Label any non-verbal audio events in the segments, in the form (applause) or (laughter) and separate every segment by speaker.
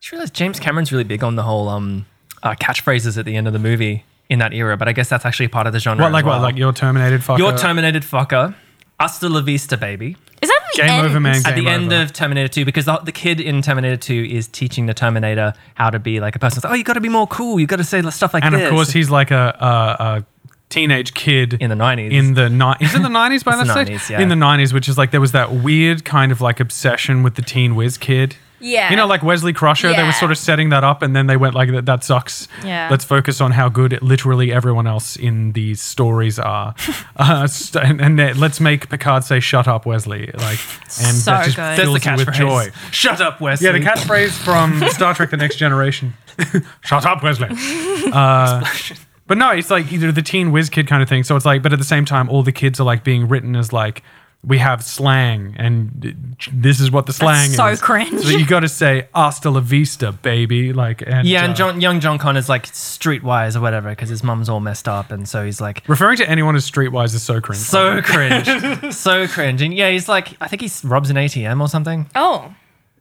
Speaker 1: just realized James Cameron's really big on the whole um, uh, catchphrases at the end of the movie in that era, but I guess that's actually part of the genre.
Speaker 2: What
Speaker 1: as
Speaker 2: like
Speaker 1: well.
Speaker 2: what like your uh, terminated fucker?
Speaker 1: Your Terminated fucker, hasta la vista, baby.
Speaker 3: Is that the
Speaker 2: Game
Speaker 3: end?
Speaker 2: over, man.
Speaker 1: at the
Speaker 2: Game
Speaker 1: end
Speaker 2: over.
Speaker 1: of Terminator 2, because the, the kid in Terminator 2 is teaching the Terminator how to be like a person. It's like, oh, you got to be more cool. You got to say stuff like
Speaker 2: and
Speaker 1: this.
Speaker 2: of course he's like a, a, a teenage kid
Speaker 1: in the 90s.
Speaker 2: in the ni- is it the nineties by
Speaker 1: It's
Speaker 2: that
Speaker 1: the
Speaker 2: stage?
Speaker 1: 90s, yeah.
Speaker 2: In the nineties, which is like there was that weird kind of like obsession with the Teen Whiz kid.
Speaker 3: Yeah.
Speaker 2: You know, like Wesley Crusher, they
Speaker 3: Yeah.
Speaker 2: were sort of setting that up, and then they went like, "That, that sucks.
Speaker 3: Yeah.
Speaker 2: Let's focus on how good literally everyone else in these stories
Speaker 3: (laughs)
Speaker 2: are, uh, st- and, and then let's make Picard say, "Shut up, Wesley!" Like, and
Speaker 3: So
Speaker 2: that just
Speaker 3: good.
Speaker 1: That's
Speaker 2: fills
Speaker 1: the
Speaker 2: you with
Speaker 1: catchphrase.
Speaker 2: joy.
Speaker 1: Shut up, Wesley.
Speaker 2: Yeah, the catchphrase from
Speaker 1: (laughs)
Speaker 2: Star Trek: The Next Generation. Shut up, Wesley. Uh, but no, it's like either the teen whiz kid kind of thing. So it's like, but at the same time, all the kids are like being written as like we have slang, and this is what the slang
Speaker 3: so
Speaker 2: is.
Speaker 3: cringe.
Speaker 2: So you got to say "Hasta la vista, baby." Like, and
Speaker 1: Yeah, and
Speaker 2: uh,
Speaker 1: John, young John Connor's like streetwise or whatever because his mum's all messed up, and so he's like
Speaker 2: referring to anyone as streetwise is so
Speaker 1: (laughs)
Speaker 2: cringe.
Speaker 1: so cringe, so cringe, and yeah, he's like I think he s- robs an ATM or something.
Speaker 3: oh,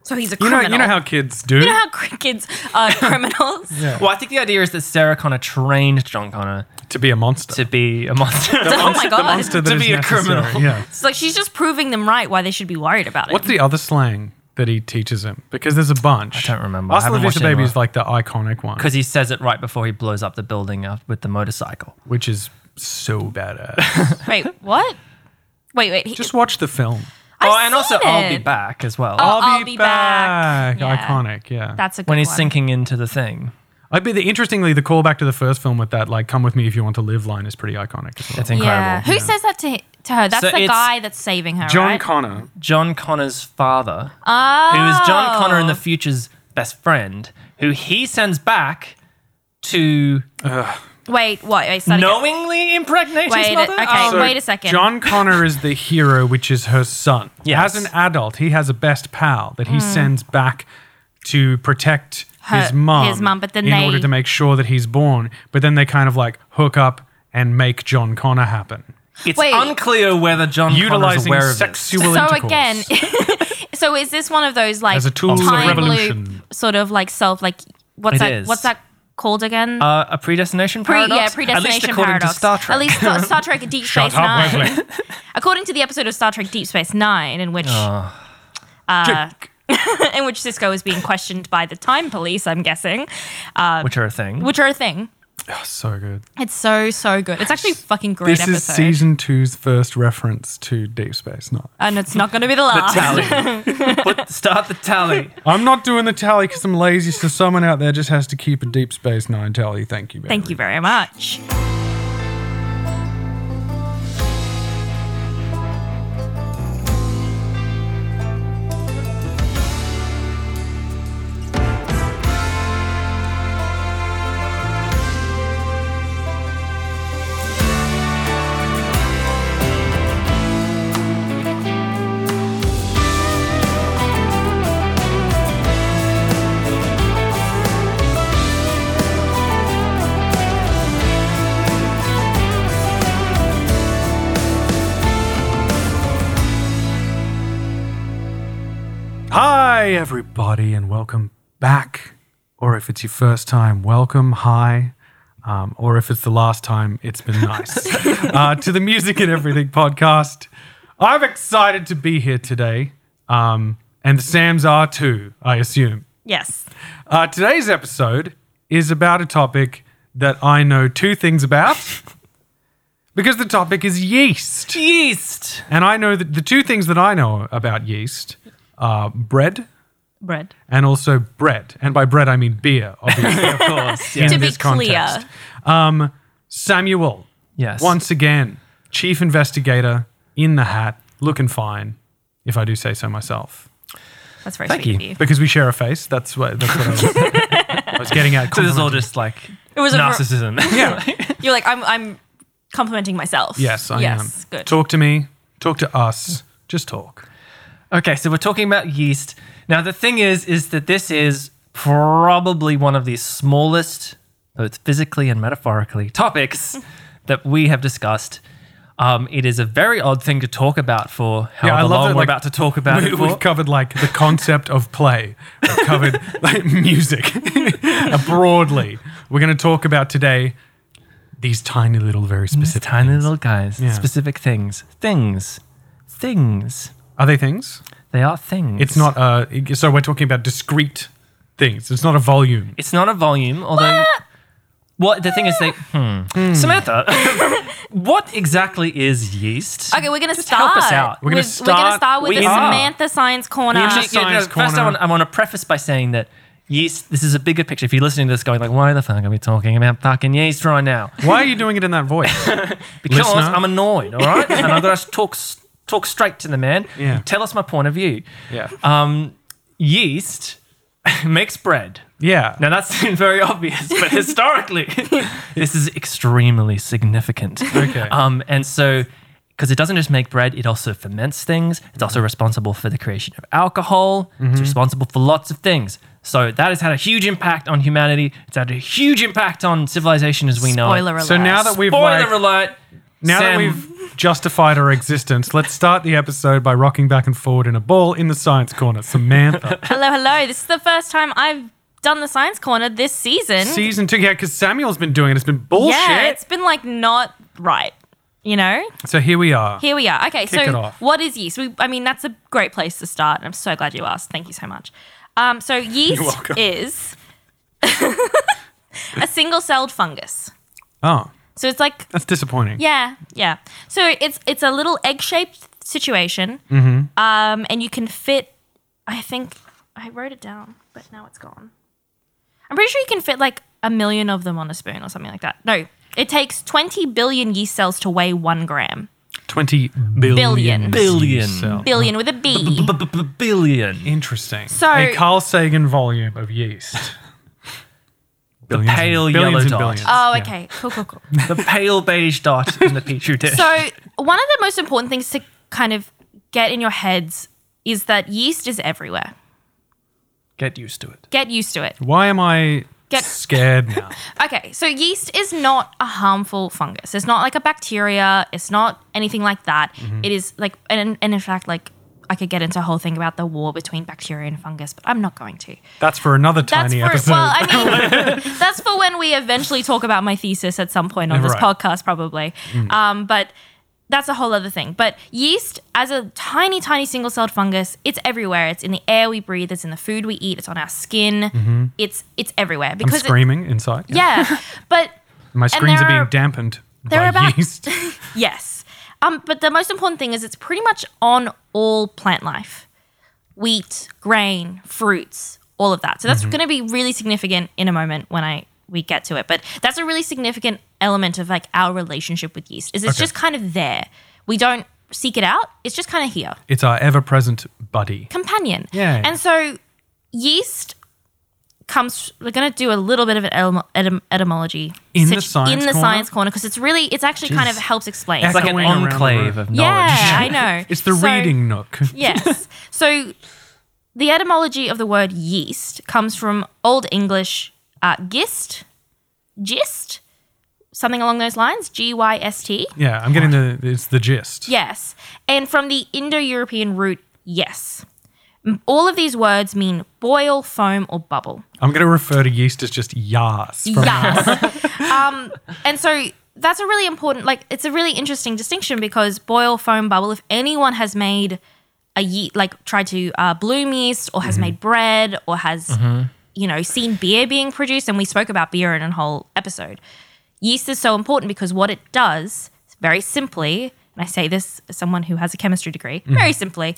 Speaker 3: so he's a
Speaker 2: you know,
Speaker 3: criminal.
Speaker 2: you know how kids do.
Speaker 3: You know how cr- kids are (laughs) criminals.
Speaker 1: Well, I think the idea is that Sarah Connor trained John Connor
Speaker 2: to be a monster.
Speaker 1: to be a monster. (laughs)
Speaker 3: Oh my god!
Speaker 2: Monster that
Speaker 1: to
Speaker 2: is
Speaker 1: be a criminal.
Speaker 2: necessary, Yeah.
Speaker 3: It's like she's just proving them right why they should be worried about it.
Speaker 2: What's the other slang that he teaches him? Because there's a bunch.
Speaker 1: I don't remember. I
Speaker 2: Hasta la
Speaker 1: haven't
Speaker 2: Vista
Speaker 1: watched any
Speaker 2: Baby
Speaker 1: more.
Speaker 2: is like the iconic one,
Speaker 1: Because he says it right before he blows up the building up with the motorcycle.
Speaker 2: which is so badass. (laughs)
Speaker 3: wait, what? Wait, wait. He,
Speaker 2: Just watch the film.
Speaker 3: I've
Speaker 1: oh, and also
Speaker 3: seen
Speaker 1: I'll be
Speaker 3: it.
Speaker 1: back as well.
Speaker 3: Oh, I'll be back.
Speaker 2: back.
Speaker 3: Yeah.
Speaker 2: Iconic, yeah.
Speaker 3: that's a good
Speaker 1: when he's
Speaker 3: one.
Speaker 1: sinking into the thing.
Speaker 2: I'd be the interestingly the callback to the first film with that like "Come with me if you want to live" line is pretty iconic. As well.
Speaker 1: It's incredible.
Speaker 3: Yeah. Who says that to to her? That's
Speaker 1: So
Speaker 3: the
Speaker 1: it's-
Speaker 3: guy that's saving her,
Speaker 2: John
Speaker 3: right?
Speaker 2: Connor.
Speaker 1: John Connor's father.
Speaker 3: oh.
Speaker 1: who is John Connor in the future's best friend, who he sends back to
Speaker 3: Wait, what? Wait, start again.
Speaker 1: knowingly impregnate his
Speaker 3: Wait,
Speaker 1: mother.
Speaker 3: okay,
Speaker 1: Oh,
Speaker 3: wait a second.
Speaker 2: John Connor is the hero, which is her son.
Speaker 1: Yes.
Speaker 2: As an adult, he has a best pal that he sends back to protect
Speaker 3: Hmm. Her-
Speaker 2: his mom.
Speaker 3: his mum, but then
Speaker 2: in
Speaker 3: they-
Speaker 2: order to make sure that he's born. But then they kind of like hook up and make John Connor happen,
Speaker 1: it's
Speaker 3: wait.
Speaker 1: unclear whether John Connor's
Speaker 2: utilizing
Speaker 1: aware of
Speaker 2: sexual
Speaker 3: So
Speaker 2: intercourse.
Speaker 3: again, (laughs) so is this one of those like
Speaker 2: As a tool of
Speaker 3: time
Speaker 2: revolution.
Speaker 3: loop sort of like self like what's
Speaker 1: It
Speaker 3: that
Speaker 1: is.
Speaker 3: what's that called again?
Speaker 1: this. Uh, a predestination
Speaker 3: Pre-
Speaker 1: paradox.
Speaker 3: yeah, predestination
Speaker 1: At least according
Speaker 3: paradox.
Speaker 1: to Star Trek.
Speaker 3: At least Star, Star Trek Deep
Speaker 2: Shut
Speaker 3: Space
Speaker 2: up, (laughs)
Speaker 3: Nine. (laughs)
Speaker 2: Wesley.
Speaker 3: According to the episode of Star Trek Deep Space Nine, in which uh, (laughs) in which Cisco is being questioned by the time police, I'm guessing,
Speaker 1: which are a thing.
Speaker 3: (laughs) which are a thing.
Speaker 2: Oh, so good.
Speaker 3: It's so so good. It's actually a fucking great
Speaker 2: This is
Speaker 3: episode,
Speaker 2: season two's first reference to Deep Space Nine.
Speaker 3: and it's not going to be the last. (laughs)
Speaker 1: tally. Put, start the tally.
Speaker 2: I'm not doing the tally because I'm lazy, so someone out there just has to keep a Deep Space Nine tally. Thank you, Barry.
Speaker 3: Thank you very much.
Speaker 2: Hi, everybody, and welcome back. Or if it's your first time, welcome. Hi. Um, or if it's the last time, it's been nice. uh, to the Music and Everything podcast. I'm excited to be here today. Um, and the Sams are too, I assume.
Speaker 3: Yes.
Speaker 2: Uh, today's episode is about a topic that I know two things about because the topic is yeast.
Speaker 1: Yeast.
Speaker 2: And I know that the two things that I know about yeast are bread
Speaker 3: Bread.
Speaker 2: and also bread. And by bread, I mean beer,
Speaker 3: (laughs)
Speaker 2: obviously. of course.
Speaker 1: yeah.
Speaker 3: To be clear.
Speaker 2: Um, Samuel,
Speaker 1: Yes.
Speaker 2: once again, chief investigator in the hat, looking fine, if I do say so myself.
Speaker 3: That's very
Speaker 1: Thank
Speaker 3: sweet
Speaker 1: you.
Speaker 3: of you.
Speaker 2: Because we share a face. That's what, that's what
Speaker 3: (laughs)
Speaker 2: I, was, I was getting at.
Speaker 1: So this is all just like
Speaker 3: It was a ver-
Speaker 1: narcissism. (laughs)
Speaker 3: (laughs)
Speaker 2: Yeah.
Speaker 3: You're like I'm. I'm complimenting myself.
Speaker 2: Yes, I
Speaker 3: yes,
Speaker 2: am.
Speaker 3: Good.
Speaker 2: Talk to me. Talk to us. Just talk.
Speaker 1: Okay, so we're talking about yeast. Now the thing is, is that this is probably one of the smallest, both physically and metaphorically, topics that we have discussed. Um, it is a very odd thing to talk about for
Speaker 2: Yeah, I
Speaker 1: however
Speaker 2: love
Speaker 1: long
Speaker 2: that,
Speaker 1: we're
Speaker 2: like,
Speaker 1: about to talk about
Speaker 2: we,
Speaker 1: it.
Speaker 2: we've
Speaker 1: For.
Speaker 2: covered like the concept of play. We've covered (laughs) like music (laughs) broadly. We're going to talk about today these tiny little, very
Speaker 1: It's
Speaker 2: specific.
Speaker 1: tiny
Speaker 2: things.
Speaker 1: little guys,
Speaker 2: Yeah.
Speaker 1: specific things, things, things.
Speaker 2: Are they things?
Speaker 1: They are things.
Speaker 2: It's not. Uh, so we're talking about discrete things. It's not a volume.
Speaker 1: It's not a volume, although. What the thing is, they hmm. Samantha, (laughs) what exactly is yeast?
Speaker 3: Okay, we're gonna start.
Speaker 1: help us out.
Speaker 2: We're gonna
Speaker 3: with- we're gonna
Speaker 2: start-
Speaker 3: start with
Speaker 1: we
Speaker 3: the
Speaker 1: are.
Speaker 3: Samantha Science Corner.
Speaker 1: Actually,
Speaker 2: Yeast
Speaker 1: yeah, no,
Speaker 2: science
Speaker 1: first, I
Speaker 2: corner.
Speaker 1: want, I want to preface by saying that yeast. This is a bigger picture. If you're listening to this, going like, "Why the fuck are we talking about fucking yeast right now?"
Speaker 2: Why are you doing it in that voice?
Speaker 1: (laughs) Because
Speaker 2: Listener.
Speaker 1: I'm annoyed, all right, and I'm gonna
Speaker 2: (laughs)
Speaker 1: talk s- talk straight to the man.
Speaker 2: Yeah.
Speaker 1: Tell us my point of view.
Speaker 2: yeah.
Speaker 1: Um, yeast (laughs) makes bread.
Speaker 2: yeah.
Speaker 1: Now that seems very obvious, but historically,
Speaker 3: (laughs)
Speaker 1: this is extremely significant.
Speaker 2: Okay.
Speaker 1: Um, and so, because it doesn't just make bread, it also ferments things. It's
Speaker 2: Mm-hmm.
Speaker 1: also responsible for the creation of alcohol. It's responsible for lots of things. So that has had a huge impact on humanity. It's had a huge impact on civilization as we know it.
Speaker 3: Spoiler alert.
Speaker 2: so now that we've
Speaker 1: Spoiler
Speaker 2: like,
Speaker 1: alert.
Speaker 2: now that
Speaker 1: Sam-
Speaker 2: we've justified our existence, let's start the episode by rocking back and forward in a ball in the science
Speaker 1: (laughs)
Speaker 2: corner. Samantha,
Speaker 3: hello, hello. This is the first time I've done the Science Corner this season.
Speaker 2: season two. Yeah, because Samuel's been doing it. It's been bullshit.
Speaker 3: yeah, it's been like not right. You know,
Speaker 2: so here we are.
Speaker 3: here we are. Okay,
Speaker 2: it
Speaker 3: so
Speaker 2: off.
Speaker 3: what is yeast? We, I mean, that's a great place to start, and I'm so glad you asked. Thank you so much. Um, so yeast
Speaker 2: welcome.
Speaker 3: is (laughs) a single-celled fungus.
Speaker 2: Oh,
Speaker 3: So it's like
Speaker 2: that's disappointing.
Speaker 3: Yeah, yeah. So it's it's a little egg shaped situation, um, and you can fit. I think I wrote it down, but now it's gone. I'm pretty sure you can fit like a million of them on a spoon or something like that. No, it takes 20 billion yeast cells to weigh one gram.
Speaker 2: Twenty billion
Speaker 3: Billion.
Speaker 1: Billion.
Speaker 2: cells.
Speaker 3: Billion with a B.
Speaker 1: B-b-b-billion.
Speaker 2: Interesting.
Speaker 3: So-
Speaker 2: a Carl Sagan volume of yeast.
Speaker 1: The
Speaker 2: Billions and-
Speaker 1: pale
Speaker 2: billions
Speaker 1: yellow
Speaker 2: and
Speaker 1: dot.
Speaker 2: billions.
Speaker 3: Oh,
Speaker 2: Yeah.
Speaker 3: okay. Cool, cool, (laughs) cool.
Speaker 1: The pale beige dot in the
Speaker 3: (laughs)
Speaker 1: Petri dish.
Speaker 3: So, one of the most important things to kind of get in your heads is that yeast is everywhere.
Speaker 1: Get used to it.
Speaker 3: Get used to it.
Speaker 2: Why am I
Speaker 3: Get-
Speaker 2: scared
Speaker 3: (laughs)
Speaker 2: now?
Speaker 3: Okay, so yeast is not a harmful fungus. It's not like a bacteria. It's not anything like that.
Speaker 2: Mm-hmm.
Speaker 3: It is like, and, and in fact, like I could get into a whole thing about the war between bacteria and fungus, but I'm not going to.
Speaker 2: That's for another
Speaker 3: That's
Speaker 2: tiny
Speaker 3: for
Speaker 2: episode.
Speaker 3: well, I
Speaker 2: (laughs)
Speaker 3: mean, that's for when we eventually talk about my thesis at some point on this
Speaker 2: Right. Mm.
Speaker 3: podcast, probably. Um, but that's a whole other thing. But yeast, as a tiny, tiny single-celled fungus, it's everywhere. It's in the air we breathe. It's in the food we eat. It's on our skin. It's it's everywhere
Speaker 2: Mm-hmm. I'm
Speaker 3: because it-
Speaker 2: screaming inside.
Speaker 3: yeah, but
Speaker 2: My screens
Speaker 3: there
Speaker 2: are being
Speaker 3: are-
Speaker 2: dampened (laughs)
Speaker 3: there
Speaker 2: by
Speaker 3: are about-
Speaker 2: yeast.
Speaker 3: (laughs) Yes. Um, but the most important thing is it's pretty much on all plant life wheat, grain, fruits, all of that. So
Speaker 2: Mm-hmm.
Speaker 3: that's going to be really significant in a moment when I we get to it. But that's a really significant element of like our relationship with yeast. Is it's
Speaker 2: Okay.
Speaker 3: just kind of there. We don't seek it out. It's just kind of here.
Speaker 2: It's our ever-present buddy.
Speaker 3: Companion.
Speaker 2: Yeah.
Speaker 3: And so yeast comes we're going to do a little bit of an etym- etym- etymology
Speaker 2: In the
Speaker 3: situ-
Speaker 2: science
Speaker 3: in the
Speaker 2: corner?
Speaker 3: science corner because it's really it's actually kind of helps explain
Speaker 1: It's like an
Speaker 2: Echoing around the
Speaker 1: enclave
Speaker 2: room.
Speaker 1: of knowledge.
Speaker 3: yeah, I know.
Speaker 2: (laughs) It's the
Speaker 3: So-
Speaker 2: reading nook.
Speaker 3: Yes. so the etymology of the word yeast comes from Old English uh, gist, gist, something along those lines, G Y S T.
Speaker 2: Yeah, I'm getting the it's the gist.
Speaker 3: Yes. And from the Indo European root, yes. M- All of these words mean boil, foam, or bubble.
Speaker 2: I'm going to refer to yeast as just yas. From
Speaker 3: Yes. um, and so that's a really important, like, it's a really interesting distinction because boil, foam, bubble, if anyone has made a yeast, like, tried to uh, bloom yeast or has made bread or has, you know, seen beer being produced, and we spoke about beer in a whole episode, yeast is so important because what it does, very simply, and I say this as someone who has a chemistry degree, very simply,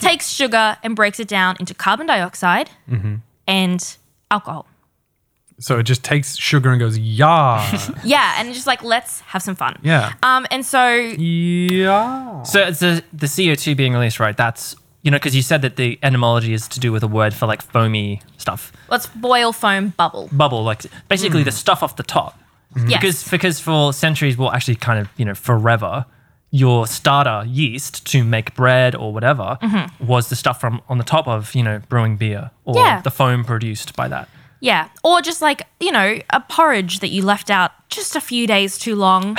Speaker 3: takes sugar and breaks it down into carbon dioxide and alcohol.
Speaker 2: So it just takes sugar and goes
Speaker 3: (laughs)
Speaker 2: yas.
Speaker 3: Yeah, and just like let's have some fun.
Speaker 2: Yeah.
Speaker 3: Um, and so
Speaker 2: yeah.
Speaker 1: So it's the the CO two being released, right? That's you know because you said that the etymology is to do with a word for like foamy stuff,
Speaker 3: let's boil foam bubble.
Speaker 1: bubble, like basically the stuff off the top.
Speaker 3: Hmm.
Speaker 2: Mm-hmm.
Speaker 3: Yes.
Speaker 1: Because because for centuries, well, actually, kind of you know forever, your starter yeast to make bread or whatever was the stuff from on the top of you know brewing beer or
Speaker 3: Mm-hmm. Yeah.
Speaker 1: the foam produced by that.
Speaker 3: Yeah. Or just like, you know, a porridge that you left out just a few days
Speaker 2: (laughs)
Speaker 3: too long.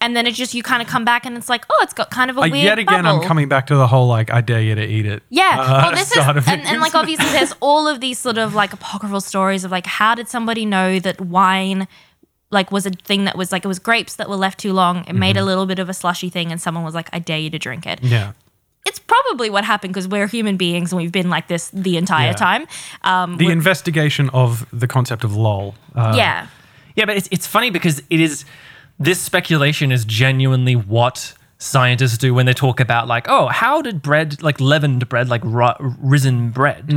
Speaker 3: and then it just, you kind of come back and it's like, oh, it's got kind of a
Speaker 2: Uh,
Speaker 3: weird
Speaker 2: yet again,
Speaker 3: bubble.
Speaker 2: I'm coming back to the whole like I dare you to eat it.
Speaker 3: Yeah.
Speaker 2: uh,
Speaker 3: well, this is,
Speaker 2: side
Speaker 3: and,
Speaker 2: of
Speaker 3: and like obviously,
Speaker 2: (laughs)
Speaker 3: there's all of these sort of like apocryphal stories of like how did somebody know that wine, like, was a thing that was like it was grapes that were left too long. It made
Speaker 2: Mm-hmm.
Speaker 3: a little bit of a slushy thing, and someone was like, "I dare you to drink it."
Speaker 2: yeah.
Speaker 3: It's probably what happened because we're human beings and we've been like this the entire
Speaker 2: Yeah.
Speaker 3: time. Um,
Speaker 2: The
Speaker 3: we-
Speaker 2: investigation of the concept of lol. Uh,
Speaker 3: yeah.
Speaker 1: Yeah, but it's it's funny because it is this speculation is genuinely what scientists do when they talk about like, oh, how did bread like leavened bread like ri- risen bread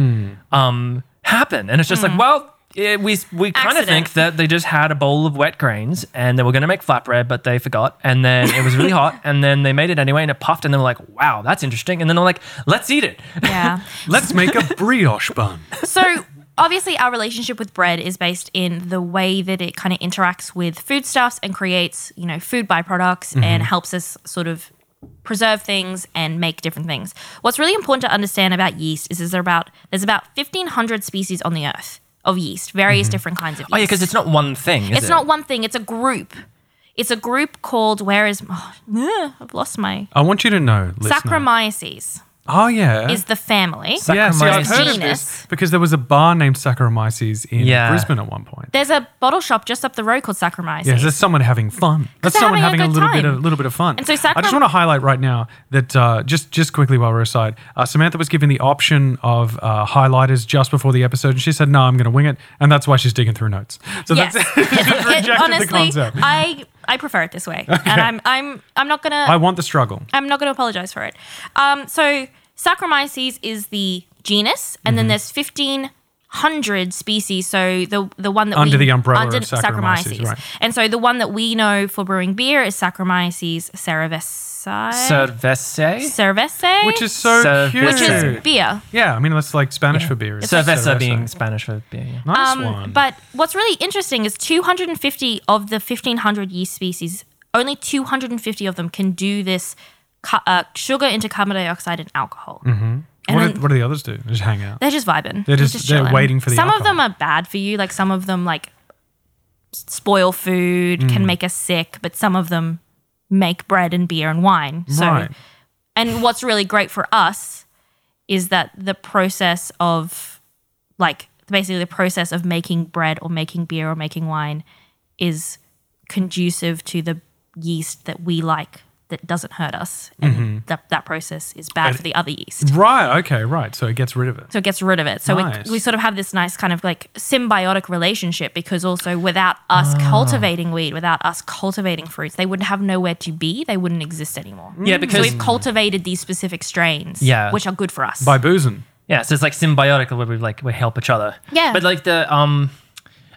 Speaker 1: um happen? And it's just like, well. It, we we kind of
Speaker 3: Hmm. Accident.
Speaker 1: think that they just had a bowl of wet grains and they were going to make flatbread, but they forgot. And then it was really hot, and then they made it anyway, and it puffed. And they were like, "Wow, that's interesting." And then they're like, "Let's eat it."
Speaker 3: Yeah.
Speaker 2: Let's
Speaker 3: (laughs)
Speaker 2: make a brioche bun.
Speaker 3: so obviously our relationship with bread is based in the way that it kind of interacts with foodstuffs and creates you know food byproducts and helps us sort of preserve things and make different things what's really important to understand about yeast is, is there about there's about 1500 species on the earth of yeast various different kinds of yeast
Speaker 1: Oh yeah, because it's not one thing. Is
Speaker 3: it's
Speaker 1: it?
Speaker 3: not one thing it's a group it's a group called where is oh, yeah, i've lost my
Speaker 2: I want you to know, listener.
Speaker 3: Saccharomyces
Speaker 2: oh yeah.
Speaker 3: is the family
Speaker 2: yeah, see, I've
Speaker 1: Saccharomyces.
Speaker 2: heard of
Speaker 3: Genus.
Speaker 2: this because there was a bar named Saccharomyces in
Speaker 1: Yeah.
Speaker 2: Brisbane at one point.
Speaker 3: there's a bottle shop just up the road called Saccharomyces.
Speaker 2: Yeah, there's someone having fun. That's
Speaker 3: they're
Speaker 2: someone having,
Speaker 3: having a
Speaker 2: a
Speaker 3: good
Speaker 2: little bit
Speaker 3: time.
Speaker 2: of little bit of fun.
Speaker 3: And so
Speaker 2: I just
Speaker 3: Sacram-
Speaker 2: want to highlight right now that uh, just just quickly while we're aside, uh, Samantha was given the option of uh, highlighters just before the episode, and she said, "No, I'm going to wing it," and that's why she's digging through notes. So
Speaker 3: Yes.
Speaker 2: that's (laughs) it.
Speaker 3: (laughs)
Speaker 2: She's
Speaker 3: It-
Speaker 2: rejected the
Speaker 3: honestly,
Speaker 2: concept. I,
Speaker 3: I I prefer it this way, and I'm I'm I'm not gonna
Speaker 2: want the struggle.
Speaker 3: I'm not gonna apologize for it. Um, so Saccharomyces is the genus, and
Speaker 2: Mm-hmm.
Speaker 3: then there's fifteen hundred species. So the the one that
Speaker 2: Under
Speaker 3: we,
Speaker 2: the umbrella of Saccharomyces, right.
Speaker 3: and so the one that we know for brewing beer is Saccharomyces
Speaker 1: Cervese.
Speaker 3: cerevisiae, cerevisiae,
Speaker 2: Which is so
Speaker 1: So-
Speaker 2: cute.
Speaker 3: which
Speaker 1: Cervese.
Speaker 3: is beer.
Speaker 2: yeah, I mean that's like Spanish for beer. is
Speaker 1: Cerveza
Speaker 2: cerveza.
Speaker 1: being Spanish for beer. yeah.
Speaker 2: nice
Speaker 3: Um,
Speaker 2: one.
Speaker 3: But what's really interesting is 250 of the 1500 yeast species, only 250 of them can do this ca- uh, sugar into carbon dioxide and alcohol. And
Speaker 2: what,
Speaker 3: then
Speaker 2: do, what do the others do? Just hang out.
Speaker 3: they're just vibing.
Speaker 2: Mm-hmm. They're just- they're
Speaker 3: chilling.
Speaker 2: waiting for the
Speaker 3: Some of
Speaker 2: alcohol.
Speaker 3: them are bad for you. Like some of them like s- spoil food,
Speaker 2: Mm.
Speaker 3: can make us sick, but some of them make bread and beer and wine. So
Speaker 2: Right.
Speaker 3: and what's really great for us is that the process of like basically the process of making bread or making beer or making wine is conducive to the yeast that we like that doesn't hurt us and that, that process is bad for the other yeast
Speaker 2: Right. Okay. Right. So it gets rid of it.
Speaker 3: so it gets rid of it so
Speaker 2: Nice.
Speaker 3: we, we sort of have this nice kind of like symbiotic relationship because also without us
Speaker 1: Ah.
Speaker 3: cultivating weed without us cultivating fruits they would have nowhere to be they wouldn't exist anymore
Speaker 1: Yeah, because
Speaker 3: so we've cultivated these specific strains,
Speaker 1: Yeah.
Speaker 3: which are good for us.
Speaker 2: By boozing.
Speaker 1: Yeah, so it's like symbiotic where we like we help each other.
Speaker 3: Yeah.
Speaker 1: But like the um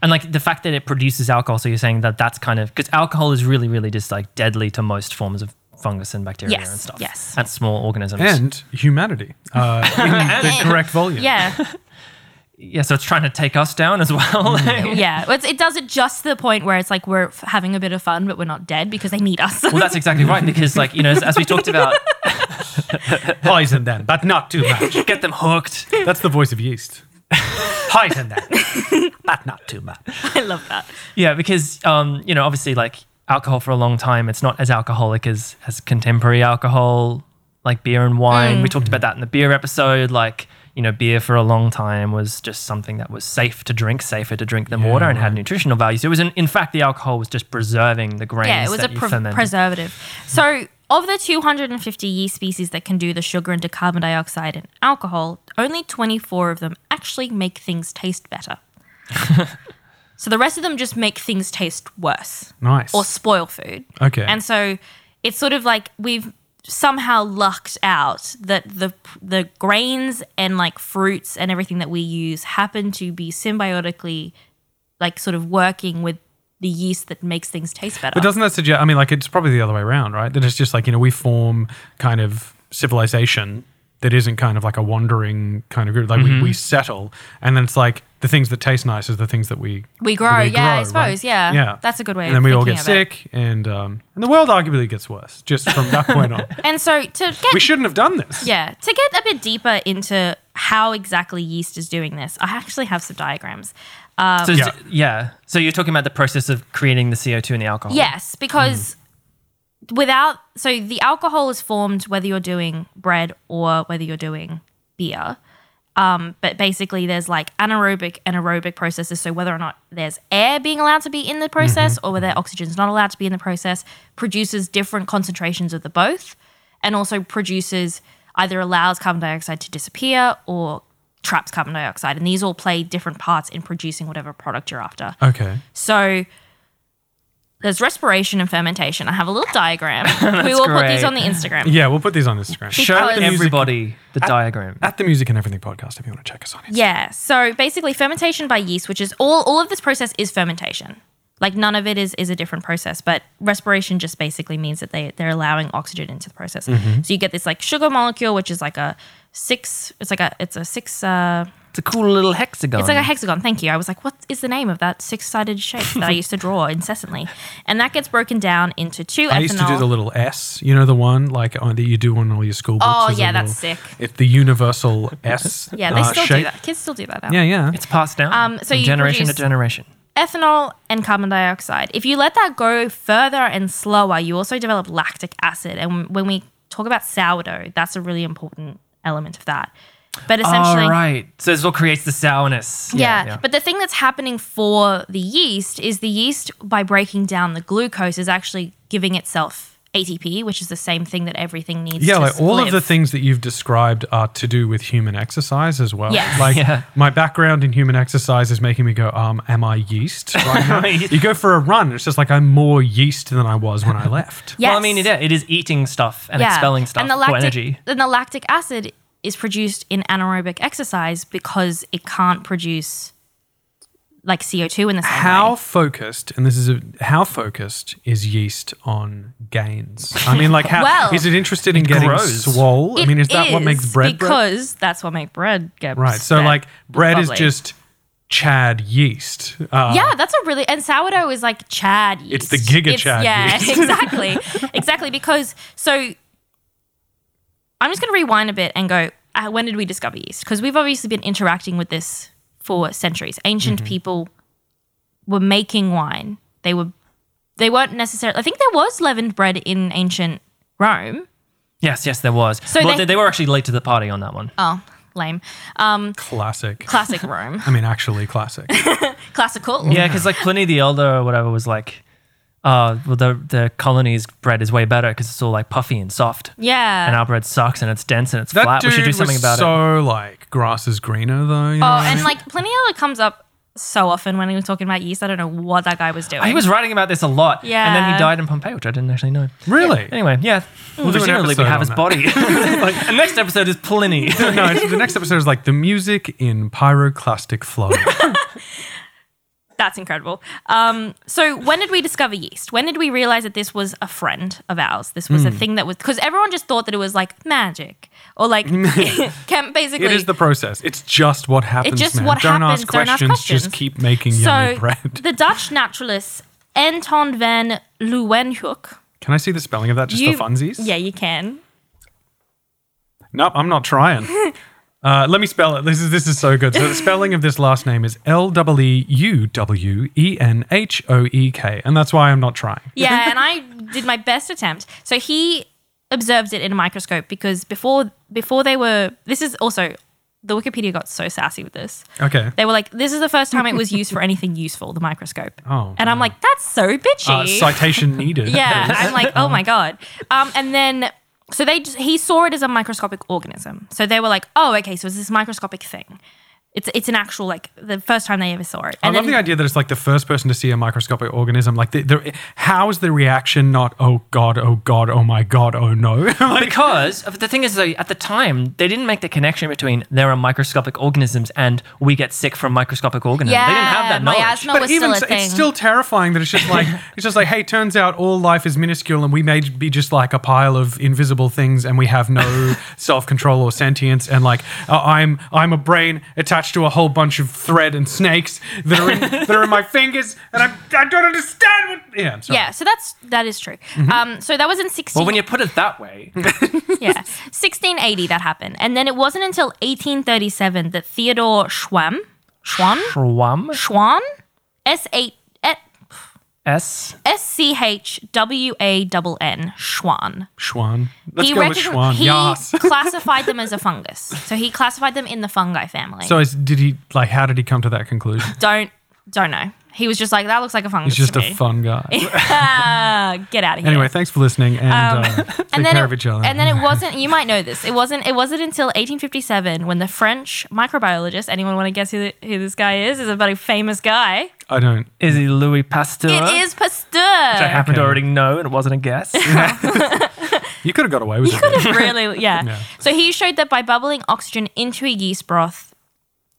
Speaker 1: and like the fact that it produces alcohol, so you're saying that that's kind of because alcohol is really, really just like deadly to most forms of fungus and bacteria
Speaker 3: Yes,
Speaker 1: and stuff.
Speaker 3: yes.
Speaker 1: And small organisms.
Speaker 2: and humanity uh,
Speaker 3: (laughs)
Speaker 2: in the correct
Speaker 1: (laughs)
Speaker 2: volume.
Speaker 3: yeah,
Speaker 1: yeah, so it's trying to take us down as well.
Speaker 3: yeah. It's, it does it just to the point where it's like we're f- having a bit of fun, but we're not dead because they need
Speaker 1: (laughs)
Speaker 3: us. (laughs)
Speaker 1: well, that's exactly right because like you know, as, as we talked about,
Speaker 2: Poison them, but not too
Speaker 3: (laughs)
Speaker 2: much.
Speaker 1: get them hooked.
Speaker 2: That's the voice of yeast.
Speaker 1: Poison them.
Speaker 3: (laughs)
Speaker 2: But not too much.
Speaker 3: I love that.
Speaker 1: Yeah, because um, you know, obviously, like alcohol for a long time, it's not as alcoholic as as contemporary alcohol, like beer and
Speaker 3: Mm.
Speaker 1: wine. We talked about that in the beer episode. Like, you know, beer for a long time was just something that was safe to drink, safer to drink than water, and had nutritional values. It was, in, in fact, the alcohol was just preserving the grains.
Speaker 3: Yeah, it was a
Speaker 1: that you
Speaker 3: pre-
Speaker 1: fermented.
Speaker 3: preservative. So, of the 250 yeast species that can do the sugar into carbon dioxide and alcohol, only 24 of them actually make things taste better. so the rest of them just make things taste worse.
Speaker 2: Nice.
Speaker 3: or spoil food.
Speaker 2: Okay.
Speaker 3: And so it's sort of like we've somehow lucked out that the the grains and like fruits and everything that we use happen to be symbiotically like sort of working with the yeast that makes things taste better.
Speaker 2: But doesn't that suggest? I mean, like it's probably the other way around, right? That it's just like you know we form kind of civilization that isn't kind of like a wandering kind of group. Like
Speaker 3: Mm-hmm.
Speaker 2: we, we settle, and then it's like the things that taste nice is the things that we
Speaker 3: We grow,
Speaker 2: we
Speaker 3: yeah, I
Speaker 2: grow,
Speaker 3: suppose,
Speaker 2: right?
Speaker 3: yeah.
Speaker 2: yeah.
Speaker 3: That's a good way
Speaker 2: And
Speaker 3: of
Speaker 2: then we all
Speaker 3: thinking
Speaker 2: get
Speaker 3: of it.
Speaker 2: sick, and um, and the world arguably gets worse just from
Speaker 3: (laughs)
Speaker 2: that point on.
Speaker 3: And so to get
Speaker 2: We shouldn't have done this.
Speaker 3: (laughs) yeah, to get a bit deeper into how exactly yeast is doing this, I actually have some diagrams. um,
Speaker 1: So it's-
Speaker 2: Yeah.
Speaker 1: yeah. So you're talking about the process of creating the CO2 and the alcohol.
Speaker 3: Yes, because without so the alcohol is formed whether you're doing bread or whether you're doing beer. Um, but basically, there's like anaerobic and aerobic processes. So whether or not there's air being allowed to be in the process or whether oxygen's not allowed to be in the process produces different concentrations of the both, and also produces either allows carbon dioxide to disappear or traps carbon dioxide. And these all play different parts in producing whatever product you're after.
Speaker 2: Okay.
Speaker 3: So there's respiration and fermentation. I have a little
Speaker 2: (laughs)
Speaker 3: diagram. we will put these
Speaker 1: great.
Speaker 3: on the Instagram.
Speaker 2: Yeah, we'll put these on Instagram.
Speaker 1: Show
Speaker 3: Because-
Speaker 1: everybody the diagram.
Speaker 2: At the Music and Everything podcast, if you want to check us on Instagram.
Speaker 3: Yeah. So basically fermentation by yeast, which is all all of this process is fermentation. Like none of it is is a different process, but respiration just basically means that they they're allowing oxygen into the process.
Speaker 2: Mm-hmm.
Speaker 3: So you get this like sugar molecule, which is like a six. It's like a it's a six. Uh,
Speaker 1: It's a cool little hexagon.
Speaker 3: It's like a hexagon. Thank you. I was like, what is the name of that six-sided shape that
Speaker 2: (laughs)
Speaker 3: I used to draw incessantly? And that gets broken down into two.
Speaker 2: I
Speaker 3: ethanol.
Speaker 2: used to do the little S, you know, the one like on, that you do on all your school books.
Speaker 3: Oh,
Speaker 2: is a
Speaker 3: yeah, that's
Speaker 2: little-
Speaker 3: sick.
Speaker 2: It's the universal S.
Speaker 3: (laughs) Yeah, they
Speaker 2: uh,
Speaker 3: still do
Speaker 2: shape.
Speaker 3: that. Kids still do that. Now.
Speaker 2: Yeah, yeah.
Speaker 1: It's passed down
Speaker 3: Um, so
Speaker 1: from
Speaker 3: you
Speaker 1: generation
Speaker 3: produce-
Speaker 1: to generation.
Speaker 3: Ethanol and carbon dioxide. If you let that go further and slower, you also develop lactic acid. And when we talk about sourdough, that's a really important element of that.
Speaker 2: Oh,
Speaker 3: But essentially,
Speaker 1: All right. So this is what creates the sourness.
Speaker 3: yeah, But the thing that's happening for the yeast is the yeast, by breaking down the glucose, is actually giving itself ATP, which is the same thing that everything needs.
Speaker 2: yeah,
Speaker 3: to
Speaker 2: like all of
Speaker 3: live.
Speaker 2: the things that you've described are to do with human exercise as well.
Speaker 3: Yes.
Speaker 2: Like
Speaker 1: Yeah.
Speaker 2: my background in human exercise is making me go, um, am I yeast? Right now?
Speaker 3: (laughs)
Speaker 2: you go for a run, it's just like I'm more yeast than I was when I left.
Speaker 3: Yes.
Speaker 1: Well, I mean, yeah, it is eating stuff and expelling stuff
Speaker 3: the lactic,
Speaker 1: for energy.
Speaker 3: And the lactic acid is produced in anaerobic exercise because it can't produce like CO2 in the same
Speaker 2: How
Speaker 3: way.
Speaker 2: focused, and this is a, how focused is yeast on gains? I mean, like, how is
Speaker 3: Well-
Speaker 2: it interested in getting
Speaker 1: grows.
Speaker 2: swole? I mean, is that what makes
Speaker 3: is
Speaker 2: bread bread?
Speaker 3: Because that's what makes bread get
Speaker 2: Right. So,
Speaker 3: bread
Speaker 2: like, bread
Speaker 3: lovely.
Speaker 2: is just Chad yeast. Uh,
Speaker 3: yeah, that's a really and sourdough is like Chad yeast.
Speaker 2: It's the Giga Chad
Speaker 3: Yeah,
Speaker 2: yeast. (laughs)
Speaker 3: (laughs) exactly, exactly. Because so I'm just going to rewind a bit and go, uh, when did we discover yeast? Because we've obviously been interacting with this for centuries. Ancient
Speaker 2: Mm-hmm.
Speaker 3: people were making wine. They were they weren't necessarily. I think there was leavened bread in ancient Rome.
Speaker 1: Yes, yes, there was.
Speaker 3: So
Speaker 1: well,
Speaker 3: they-
Speaker 1: they, they were actually late to the party on that one.
Speaker 3: Oh, lame. Um,
Speaker 2: Classic.
Speaker 3: classic Rome.
Speaker 2: I mean, actually, classic.
Speaker 3: (laughs) Classical.
Speaker 1: Yeah, because like Pliny the Elder or whatever was like, uh, well, the the colony's bread is way better because it's all like puffy and soft,
Speaker 3: Yeah.
Speaker 1: and our bread sucks and it's dense and it's
Speaker 2: That
Speaker 1: flat.
Speaker 2: dude
Speaker 1: We should do something
Speaker 2: was
Speaker 1: about it.
Speaker 2: so like grass is greener though. You know
Speaker 3: Oh,
Speaker 2: what I
Speaker 3: and
Speaker 2: mean?
Speaker 3: like Pliny Elder comes up so often when he was talking about yeast. I don't know what that guy was doing.
Speaker 1: He was writing about this a lot. And then
Speaker 3: Yeah.
Speaker 1: he died in Pompeii, which I didn't actually know.
Speaker 2: really?
Speaker 1: Anyway, yeah.
Speaker 2: an
Speaker 1: Presumably we
Speaker 2: episode
Speaker 1: have
Speaker 2: on
Speaker 1: his
Speaker 2: that.
Speaker 1: body.
Speaker 2: (laughs)
Speaker 1: like, and next episode is Pliny.
Speaker 2: no, it's, the next episode is like the music in pyroclastic
Speaker 3: (laughs)
Speaker 2: flow.
Speaker 3: That's incredible. Um, so when did we discover yeast? When did we realize that this was a friend of ours? This
Speaker 2: Hmm.
Speaker 3: was a thing that was because everyone just thought that it was like magic or like (laughs) chem-
Speaker 2: (laughs)
Speaker 3: basically.
Speaker 2: it is the process. It's just what happens.
Speaker 3: just
Speaker 2: man.
Speaker 3: what
Speaker 2: don't
Speaker 3: happens,
Speaker 2: Ask
Speaker 3: don't ask
Speaker 2: questions, Just
Speaker 3: questions.
Speaker 2: keep making
Speaker 3: so
Speaker 2: yummy bread.
Speaker 3: the Dutch naturalist Anton van Leeuwenhoek.
Speaker 2: Can I see the spelling of that? Just
Speaker 3: you-
Speaker 2: for funsies?
Speaker 3: Yeah, you can.
Speaker 2: Nope, I'm not trying.
Speaker 3: (laughs)
Speaker 2: Uh, let me spell it. This is this is so good. So the spelling of this last name is L W E U W E N H O E K, and that's why I'm not trying.
Speaker 3: yeah, and I did my best attempt. So he observed it in a microscope because before before they were this is also the Wikipedia got so sassy with this.
Speaker 2: Okay.
Speaker 3: They were like, this is the first time it was used for anything useful, the microscope.
Speaker 2: Oh,
Speaker 3: and I'm like, that's so
Speaker 2: Uh,
Speaker 3: bitchy. (laughs)
Speaker 2: citation needed.
Speaker 3: yeah, I'm like, oh my god. Um, and then so they just, he saw it as a microscopic organism. So they were like, oh, okay, so it's this microscopic thing. It's it's an actual like the first time they ever saw it.
Speaker 2: I love the idea that it's like the first person to see a microscopic organism. Like, the, the, how is the reaction not, oh God, oh God, oh my God, oh no?
Speaker 1: (laughs)
Speaker 2: like,
Speaker 1: because of- the thing is, though, at the time they didn't make the connection between there are microscopic organisms and we get sick from microscopic organisms.
Speaker 3: yeah,
Speaker 1: they didn't have that knowledge.
Speaker 3: miasma was still a
Speaker 2: so,
Speaker 3: thing.
Speaker 2: it's still terrifying that it's just
Speaker 3: (laughs)
Speaker 2: like it's just like, hey, turns out all life is minuscule, and we may be just like a pile of invisible things, and we have
Speaker 3: (laughs)
Speaker 2: no self control or sentience, and like uh, I'm I'm a brain attached to a whole bunch of thread and snakes that
Speaker 3: (laughs)
Speaker 2: are in, that are in my fingers, and I'm, I don't understand what. Yeah, I'm sorry.
Speaker 3: yeah, so that's that is true. Um, so that was in sixteen.
Speaker 1: well, when you put it that
Speaker 3: (laughs)
Speaker 1: way,
Speaker 3: yeah, 1680 that happened, and then it wasn't until 1837 that Theodore Schwamm, Schwann,
Speaker 1: Schwamm,
Speaker 3: Schwann, S eight
Speaker 1: S.
Speaker 3: S C H W A double N Schwann.
Speaker 2: Schwan. Let's
Speaker 3: he
Speaker 2: go with
Speaker 3: recogni-
Speaker 2: Schwan.
Speaker 3: he
Speaker 2: Yes.
Speaker 3: (laughs) classified them as a fungus, so he classified them in the fungi family.
Speaker 2: So is, did he like? How did he come to that conclusion?
Speaker 3: don't don't know. He was just like that looks like a fungus.
Speaker 2: He's just
Speaker 3: to
Speaker 2: a
Speaker 3: me. Ah,
Speaker 2: fun guy.
Speaker 3: (laughs) Get out of here.
Speaker 2: Anyway, thanks for listening and uh, take
Speaker 3: Um, and then
Speaker 2: care
Speaker 3: it,
Speaker 2: of each other.
Speaker 3: And then
Speaker 2: (laughs)
Speaker 3: it wasn't. You might know this. It wasn't. It wasn't until 1857 when the French microbiologist. Anyone want to guess who, the, who this guy is? Is a very famous guy.
Speaker 2: I don't.
Speaker 1: Is he Louis Pasteur?
Speaker 3: It is
Speaker 1: I
Speaker 3: Pasteur.
Speaker 1: happened to
Speaker 2: Okay.
Speaker 1: already know, and it wasn't a
Speaker 3: (laughs)
Speaker 1: guess.
Speaker 2: You could have got away with (laughs) it.
Speaker 3: really, yeah.
Speaker 2: Yeah.
Speaker 3: So he showed that by bubbling oxygen into a yeast broth,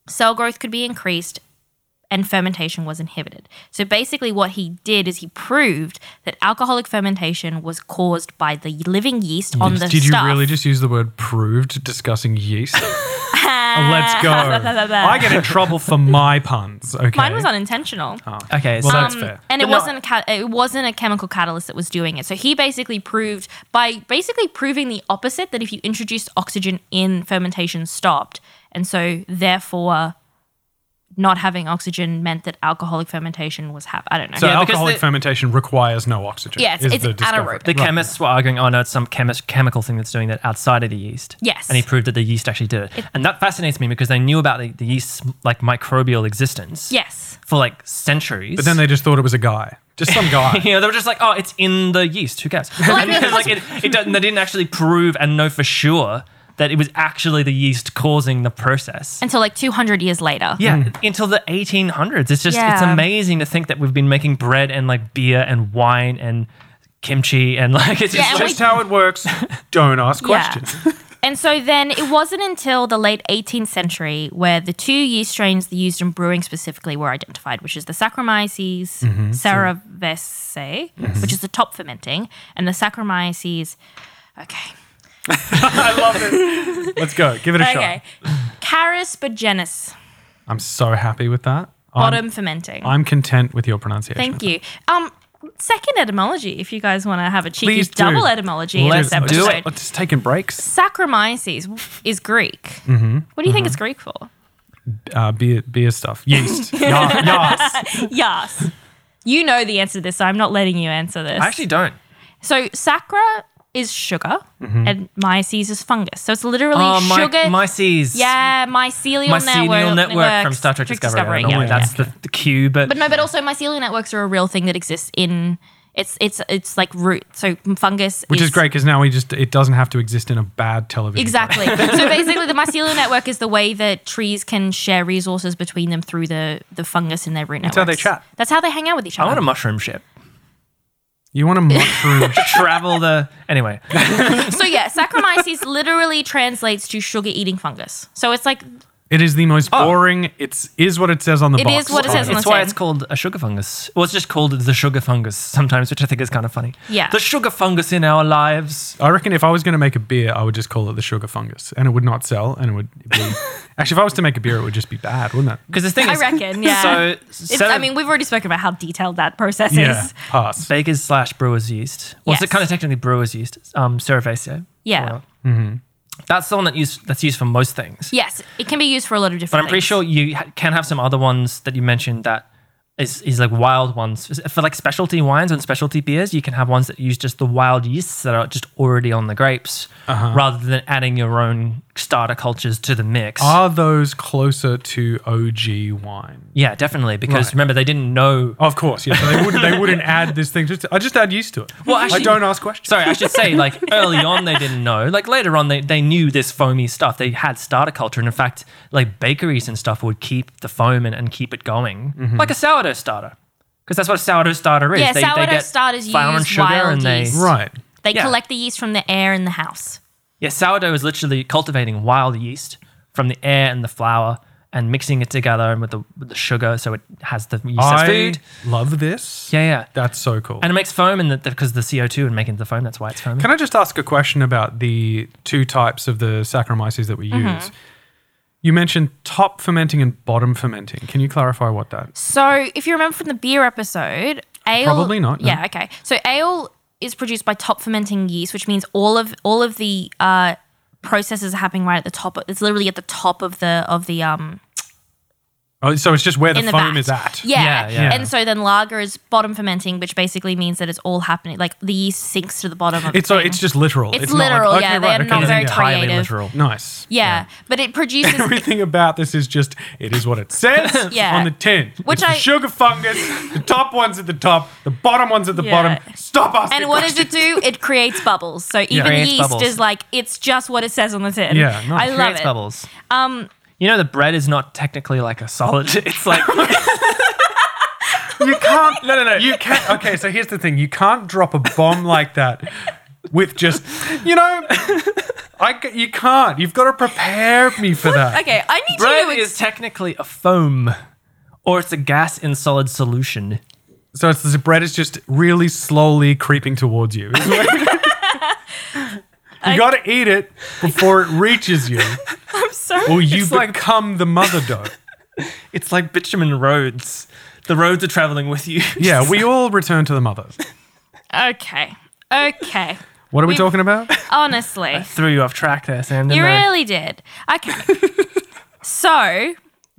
Speaker 3: cell growth could be increased and fermentation was inhibited. So basically, what he did is he proved that alcoholic fermentation was caused by the living yeast on the
Speaker 2: Did
Speaker 3: stuff.
Speaker 2: you really just use the word proved discussing
Speaker 3: (laughs)
Speaker 2: yeast? Let's go.
Speaker 3: blah.
Speaker 2: I get in trouble for my puns. Okay. Oh.
Speaker 3: Mine was Um, unintentional.
Speaker 1: okay,
Speaker 2: Well,
Speaker 1: so
Speaker 2: that's fair.
Speaker 3: And it
Speaker 1: But no-
Speaker 3: wasn't a ca- it wasn't a chemical catalyst that was doing it. So he basically proved by basically proving the opposite that if you introduced oxygen in fermentation stopped, and so therefore not having oxygen meant that alcoholic fermentation was hap I don't know.
Speaker 2: So
Speaker 1: Yeah, because
Speaker 2: alcoholic
Speaker 1: the-
Speaker 2: fermentation requires no oxygen.
Speaker 3: Yeah, it's-
Speaker 2: is
Speaker 3: it's
Speaker 2: the discovery.
Speaker 3: anaerobic.
Speaker 1: the
Speaker 2: Right.
Speaker 1: chemists were arguing, oh no, it's some chemist chemical thing that's doing that outside of the yeast.
Speaker 3: Yes.
Speaker 1: And he proved that the yeast actually did it. and that fascinates me because they knew about the, the yeast's like microbial existence
Speaker 3: yes.
Speaker 1: for like centuries.
Speaker 2: But then they just thought it was a guy, just some (laughs) guy.
Speaker 1: (laughs) you know, they were just like, oh, it's in the yeast. Who cares?
Speaker 3: like,
Speaker 1: And it's like, it, it doesn't, they didn't actually prove and know for sure that it was actually the yeast causing the process.
Speaker 3: Until like two hundred years later.
Speaker 1: yeah, until the 1800s. It's just, it's
Speaker 3: Hmm. Yeah.
Speaker 1: amazing to think that we've been making bread and like beer and wine and kimchi and (laughs) like, it's
Speaker 3: Yeah,
Speaker 1: just,
Speaker 3: and
Speaker 2: just how it works. Don't ask questions.
Speaker 3: Yeah. and so then it wasn't until the late 18th century where the two yeast strains that used in brewing specifically were identified, which is the Saccharomyces
Speaker 2: Mm-hmm,
Speaker 3: cerevisiae, which is the top fermenting, and the Saccharomyces. Okay.
Speaker 2: Let's go. Give it a
Speaker 3: Okay.
Speaker 2: shot.
Speaker 3: Carisbogenis,
Speaker 2: I'm so happy with that. I'm,
Speaker 3: bottom fermenting.
Speaker 2: I'm content with your pronunciation.
Speaker 3: Thank you. Um, second etymology, if you guys want to have a cheeky
Speaker 2: Please do.
Speaker 3: double etymology in
Speaker 1: Let's
Speaker 3: this
Speaker 1: do
Speaker 3: episode.
Speaker 1: it.
Speaker 2: I'm just taking breaks.
Speaker 3: Saccharomyces is Greek.
Speaker 2: Mm-hmm,
Speaker 3: What do you think it's Greek for?
Speaker 2: Uh, beer, beer stuff.
Speaker 3: (laughs)
Speaker 1: (laughs)
Speaker 2: Yeast. yeah, yes.
Speaker 3: Yes. You know the answer to this, so I'm not letting you answer this.
Speaker 1: I actually don't.
Speaker 3: so sacra is sugar and myces is fungus. So it's literally
Speaker 1: Oh, Mm-hmm. my,
Speaker 3: sugar.
Speaker 1: Myces.
Speaker 3: yeah, mycelial,
Speaker 1: Mycelial
Speaker 3: network,
Speaker 1: network, from Star Trek Discovery. I don't know
Speaker 3: yeah,
Speaker 1: why
Speaker 3: yeah.
Speaker 1: that's the, the cue, but,
Speaker 3: But no, but also mycelial networks are a real thing that exists in. It's it's it's like root. So fungus,
Speaker 2: Which is great because now we just it doesn't have to exist in a bad television.
Speaker 1: (laughs)
Speaker 3: Exactly. so basically, the mycelial network is the way that trees can share resources between them through the the fungus in their root networks.
Speaker 2: how they chat.
Speaker 3: That's how they hang out with each
Speaker 1: I
Speaker 3: other.
Speaker 1: want a mushroom
Speaker 3: (laughs)
Speaker 1: ship.
Speaker 2: You want a mushroom?
Speaker 1: Travel the anyway.
Speaker 3: So yeah, Saccharomyces literally translates to sugar eating fungus. So it's like
Speaker 2: it is the most boring. It's is what it says on the
Speaker 3: Oh. It
Speaker 2: box.
Speaker 3: is what it says
Speaker 2: Fine.
Speaker 3: on
Speaker 1: That's why
Speaker 3: Listen.
Speaker 1: it's called a sugar fungus. Well, it's just called the sugar fungus sometimes, which I think is kind of funny.
Speaker 3: Yeah.
Speaker 1: The sugar fungus in our lives.
Speaker 2: I reckon if I was going to make a beer, I would just call it the sugar fungus, and it would not sell, and it would
Speaker 3: (laughs)
Speaker 2: be. actually, if I was to make a beer, it would just be bad, wouldn't it?
Speaker 1: Because this thing
Speaker 3: I
Speaker 1: is. (laughs)
Speaker 3: reckon, yeah.
Speaker 1: So,
Speaker 3: it's,
Speaker 1: seven
Speaker 3: I mean, we've already spoken about how detailed that process is.
Speaker 2: pass.
Speaker 1: baker's slash brewer's yeast. Well, it's
Speaker 3: Yes.
Speaker 1: kind of technically brewer's yeast, um, cerevisiae.
Speaker 3: Yeah.
Speaker 1: mm-hmm. That's the one that used, that's used for most things.
Speaker 3: Yes, it can be used for a lot of different.
Speaker 1: But I'm pretty
Speaker 3: things.
Speaker 1: sure you ha- can have some other ones that you mentioned that is, is like wild ones for like specialty wines and specialty beers. You can have ones that use just the wild yeasts that are just already on the grapes, rather than adding your own starter cultures to the mix.
Speaker 2: Are those closer to OG wine?
Speaker 1: yeah, definitely. Because
Speaker 2: Right.
Speaker 1: remember, they didn't know.
Speaker 2: Of course, yeah. So they wouldn't. They wouldn't add this thing. Just I just add used to it.
Speaker 1: Well, actually-
Speaker 2: I don't ask questions.
Speaker 1: Sorry, I should
Speaker 3: (laughs)
Speaker 1: say like early on they didn't know. Like later on they, they knew this foamy stuff. They had starter culture, and in fact, like bakeries and stuff would keep the foam and, and keep it going,
Speaker 2: Mm-hmm.
Speaker 1: like a sourdough starter, because that's what a sourdough starter is.
Speaker 3: Yeah, sourdough starters use wild
Speaker 1: they
Speaker 3: yeast.
Speaker 2: Right.
Speaker 3: They
Speaker 1: Yeah.
Speaker 3: collect the yeast from the air in the house.
Speaker 1: yeah sourdough is literally cultivating wild yeast from the air and the flour and mixing it together and with the with the sugar so it has the yeast as
Speaker 2: I
Speaker 1: food.
Speaker 2: love this.
Speaker 1: Yeah, yeah,
Speaker 2: That's so cool.
Speaker 1: and it makes foam and because the CO two and making the foam that's why it's foamy.
Speaker 2: Can I just ask a question about the two types of the Saccharomyces that we use?
Speaker 3: Mm-hmm.
Speaker 2: You mentioned top fermenting and bottom fermenting. Can you clarify what that?
Speaker 3: So if you remember from the beer episode, ale
Speaker 2: Probably not, no.
Speaker 3: Yeah, okay. So ale is produced by top fermenting yeast, which means all of all of the uh, processes are happening right at the top. It's literally at the top of the of the um
Speaker 2: Oh, so it's just where the,
Speaker 3: in the,
Speaker 2: foam
Speaker 3: back.
Speaker 2: is at.
Speaker 1: Yeah,
Speaker 3: Yeah.
Speaker 1: yeah.
Speaker 3: And so then lager is bottom fermenting, which basically means that it's all happening. Like the yeast sinks to the bottom of
Speaker 2: It's
Speaker 3: the
Speaker 2: so
Speaker 3: thing.
Speaker 2: it's just literal.
Speaker 3: It's
Speaker 2: not like,
Speaker 3: literal,
Speaker 2: okay,
Speaker 3: yeah,
Speaker 2: right,
Speaker 3: they're
Speaker 2: okay,
Speaker 3: not
Speaker 2: yeah.
Speaker 3: very
Speaker 1: Highly
Speaker 3: creative.
Speaker 1: literal.
Speaker 2: Nice.
Speaker 3: yeah, but
Speaker 2: (laughs)
Speaker 3: it produces
Speaker 2: Everything about this is just it is what
Speaker 3: (laughs)
Speaker 2: it says
Speaker 3: Yeah.
Speaker 2: on the tin.
Speaker 3: Which
Speaker 2: It's the
Speaker 3: I-
Speaker 2: sugar fungus. The top one's at the top. The bottom one's at the
Speaker 3: Yeah.
Speaker 2: bottom. Stop us.
Speaker 3: And what does it do? It creates bubbles. So even
Speaker 1: Creates
Speaker 3: yeast
Speaker 1: bubbles.
Speaker 3: is like it's just what it says on the tin.
Speaker 2: Yeah, nice.
Speaker 3: I love
Speaker 1: creates
Speaker 3: it.
Speaker 1: bubbles.
Speaker 3: Um,
Speaker 1: You know, the bread is not technically like a solid. (laughs) It's
Speaker 3: (laughs)
Speaker 1: like
Speaker 2: You can't. No, no, no. You can't. Okay, so here's the thing. You can't drop a bomb like that with just, you know, I. c- You can't. You've got to prepare me for that.
Speaker 3: okay, I need
Speaker 1: bread
Speaker 3: you to.
Speaker 1: is technically a foam, or it's a gas in solid solution.
Speaker 2: So it's the bread is just really slowly creeping towards
Speaker 3: (laughs)
Speaker 2: you. is what- you got to eat it before it reaches you,
Speaker 3: I'm sorry.
Speaker 2: or you
Speaker 1: It's like-
Speaker 2: become the mother dough.
Speaker 1: It's like bitumen roads. The roads are traveling with you. (laughs)
Speaker 2: Yeah, we all return to the mother.
Speaker 3: Okay, okay.
Speaker 2: What are we
Speaker 3: We've-
Speaker 2: talking
Speaker 3: (laughs)
Speaker 2: about?
Speaker 3: Honestly,
Speaker 1: Threw you off track there, Sam. didn't
Speaker 3: you
Speaker 1: I?
Speaker 3: really did.
Speaker 2: (laughs)
Speaker 3: Okay. so,